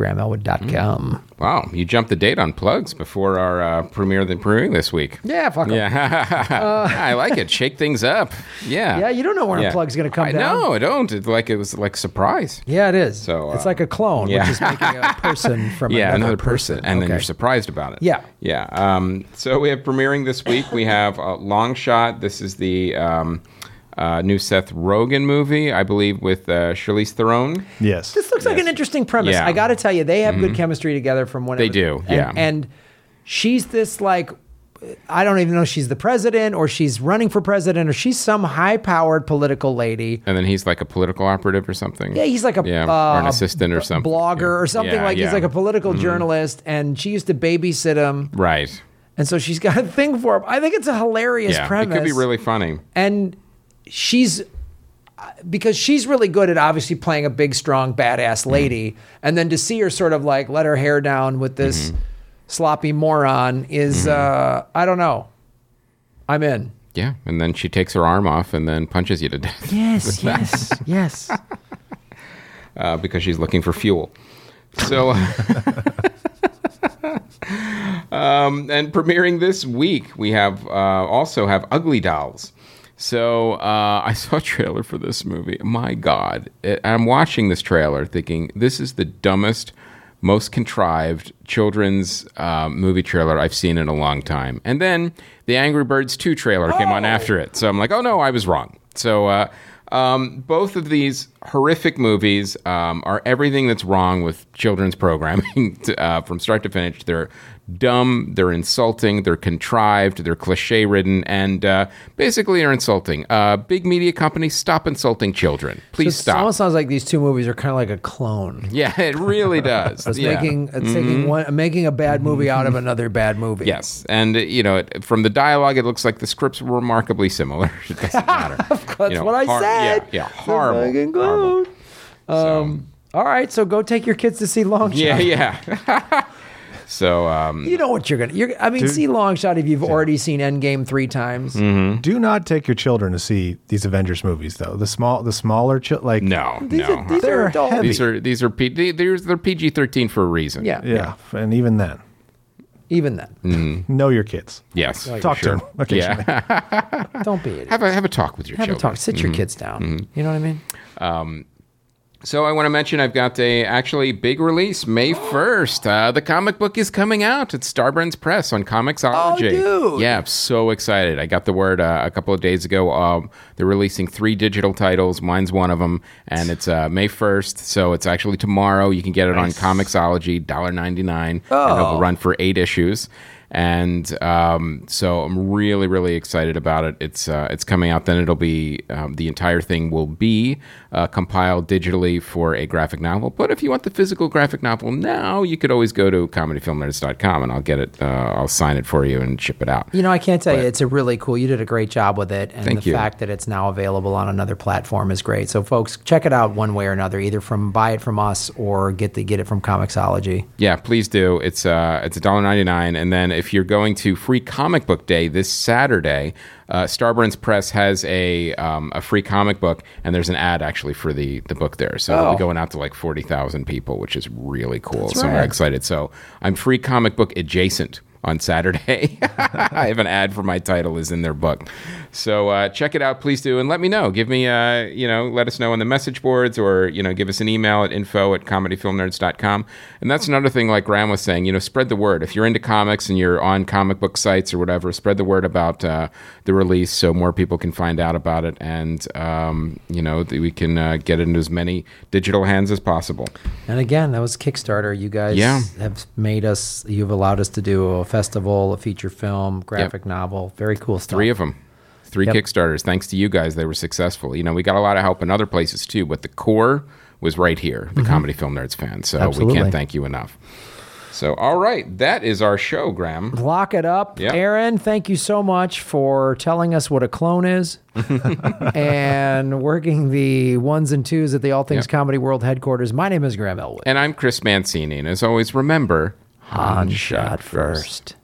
S1: grahamelwood.com.
S2: wow, you jumped the date on plugs before our uh, premiere the premiering this week.
S1: Yeah, fuck 'em.
S2: Yeah, I like it. Shake things up. Yeah,
S1: Uh, Yeah, you don't know when a
S2: Yeah.
S1: plug's going to come
S2: I,
S1: down.
S2: No, I don't. It's like it was like surprise.
S1: Yeah, it is.
S2: So,
S1: it's
S2: uh,
S1: like a clone,
S2: yeah.
S1: which is making a person from
S2: yeah,
S1: another,
S2: another person, and then
S1: Okay.
S2: you're surprised about it.
S1: Yeah.
S2: yeah. Um, so we have premiering this week. We have uh, Long Shot. This is the um, uh, new Seth Rogen movie, I believe, with uh, Charlize Theron.
S3: Yes.
S1: This looks like an interesting premise.
S2: Yeah.
S1: I got to tell you, they have good
S2: Mhm.
S1: chemistry together from when it
S2: They
S1: was-
S2: do,
S1: and-
S2: yeah.
S1: And she's this like, I don't even know if she's the president or she's running for president or she's some high-powered political lady.
S2: And then he's like a political operative or something.
S1: Yeah, he's like a
S2: yeah,
S1: uh,
S2: or an assistant or something.
S1: blogger or something
S2: Yeah,
S1: like.
S2: yeah.
S1: He's like a political
S2: Mhm.
S1: journalist, and she used to babysit him,
S2: Right.
S1: and so she's got a thing for him. I think it's a hilarious
S2: yeah,
S1: premise.
S2: it could be really funny.
S1: and she's because she's really good at obviously playing a big strong
S2: Mm-hmm.
S1: badass lady and then to see her sort of like let her
S2: Mm-hmm.
S1: hair down with this sloppy moron is uh i don't know I'm in.
S2: Yeah, and then she takes her arm off and then punches you to death.
S1: Yes, yes, yes.
S2: Uh, because she's looking for fuel. So, um, and premiering this week, we have uh, also have Ugly Dolls. So uh, I saw a trailer for this movie. My God, It- I'm watching this trailer thinking this is the dumbest, most contrived children's uh, movie trailer I've seen in a long time. And then the Angry Birds 2 trailer came on after it, so I'm like, oh no, I was wrong. So uh, um, both of these horrific movies um, are everything that's wrong with children's programming to, uh, from start to finish. They're dumb, they're insulting, they're contrived, they're cliche ridden, and uh, basically are insulting. Uh, big media companies, stop insulting children. Please
S1: So It
S2: stop.
S1: almost sounds like these two movies are kind of like a clone.
S2: Yeah, it really does.
S1: It's
S2: Yeah. Mm-hmm.
S1: making it's taking one making a bad movie out of another bad movie.
S2: Yes, and uh, you know, it, from the dialogue, it looks like the scripts were remarkably similar. It doesn't matter. of
S1: That's what I said.
S2: Yeah, yeah horrible.
S1: Fucking clone. Um, All right, so go take your kids to see Long Shot.
S2: Yeah, yeah. so, um,
S1: You know what you're gonna. You're, I mean,
S3: Dude.
S1: see Long Shot if you've already seen Endgame three times.
S3: Do not take your children to see these Avengers movies, though. The small, the smaller, chi- like
S2: no,
S1: These
S2: no.
S1: are- these are
S3: They're
S1: adults.
S3: heavy.
S2: these are these are P- they- they're, they're PG thirteen for a reason.
S1: Yeah, Mm.
S3: yeah, and even then,
S1: Even then,
S3: know your kids.
S2: Yes.
S3: Talk
S2: sure.
S3: to them occasionally.
S2: Yeah.
S1: don't be. Mm-hmm. Have,
S2: have a have a talk with your
S1: have a
S2: children.
S1: talk. Sit your kids down. You know what I mean?
S2: So I want to mention I've got a actually big release May first. Uh, the comic book is coming out at Starburns Press on Comicsology.
S1: Oh, dude.
S2: Yeah, I'm so excited. I got the word uh, a couple of days ago. Um, they're releasing three digital titles. Mine's one of them, and it's uh, May first. So it's actually tomorrow. You can get it on Comicsology, $1.99, and
S1: Oh.
S2: it'll run for eight issues. And um, so I'm really, really excited about it. It's uh, it's coming out. Then it'll be um, the entire thing will be uh, compiled digitally for a graphic novel. But if you want the physical graphic novel now, you could always go to comedyfilmnerds.com and I'll get it. Uh, I'll sign it for you and ship it out.
S1: You know, I can't tell you, it's a really cool. You did a great job with it, and
S2: Thank
S1: the
S2: you.
S1: fact that it's now available on another platform is great. So, folks, check it out one way or another. Either from buy it from us or get the get it from Comixology.
S2: Yeah, please do. It's uh, it's $1.99. And then if you're going to Free Comic Book Day this Saturday, uh, Starburns Press has a um, a free comic book, and there's an ad actually for the the book there. So it'll be going out to like forty thousand people, which is really cool. so we're excited. So I'm Free Comic Book adjacent on Saturday. I have an ad for my title is in their book. So uh, check it out, please do, and let me know. Give me, uh, you know, let us know on the message boards or, you know, give us an email at info at comedyfilmnerds.com. And that's another thing, like Graham was saying, you know, spread the word. If you're into comics and you're on comic book sites or whatever, spread the word about uh, the release so more people can find out about it and, um, you know, that we can uh, get it into as many digital hands as possible.
S1: And again, that was Kickstarter. You guys
S2: Yeah.
S1: have made us. You've allowed us to do a festival, a feature film, graphic novel. Very cool stuff.
S2: Three of them. Three
S1: Yep.
S2: Kickstarters. Thanks to you guys, they were successful. You know, we got a lot of help in other places too, but the core was right here, the Comedy Film Nerds fans. So we
S1: Mm-hmm. Absolutely.
S2: can't thank you enough. So, all right, that is our show, Graham.
S1: Lock it up,
S2: Yeah.
S1: Aaron. Thank you so much for telling us what a clone is and working the ones and twos at the All Things
S2: Yeah.
S1: Comedy World headquarters. My name is Graham Elwood.
S2: And I'm Chris Mancini. And as always, remember,
S1: On shot first.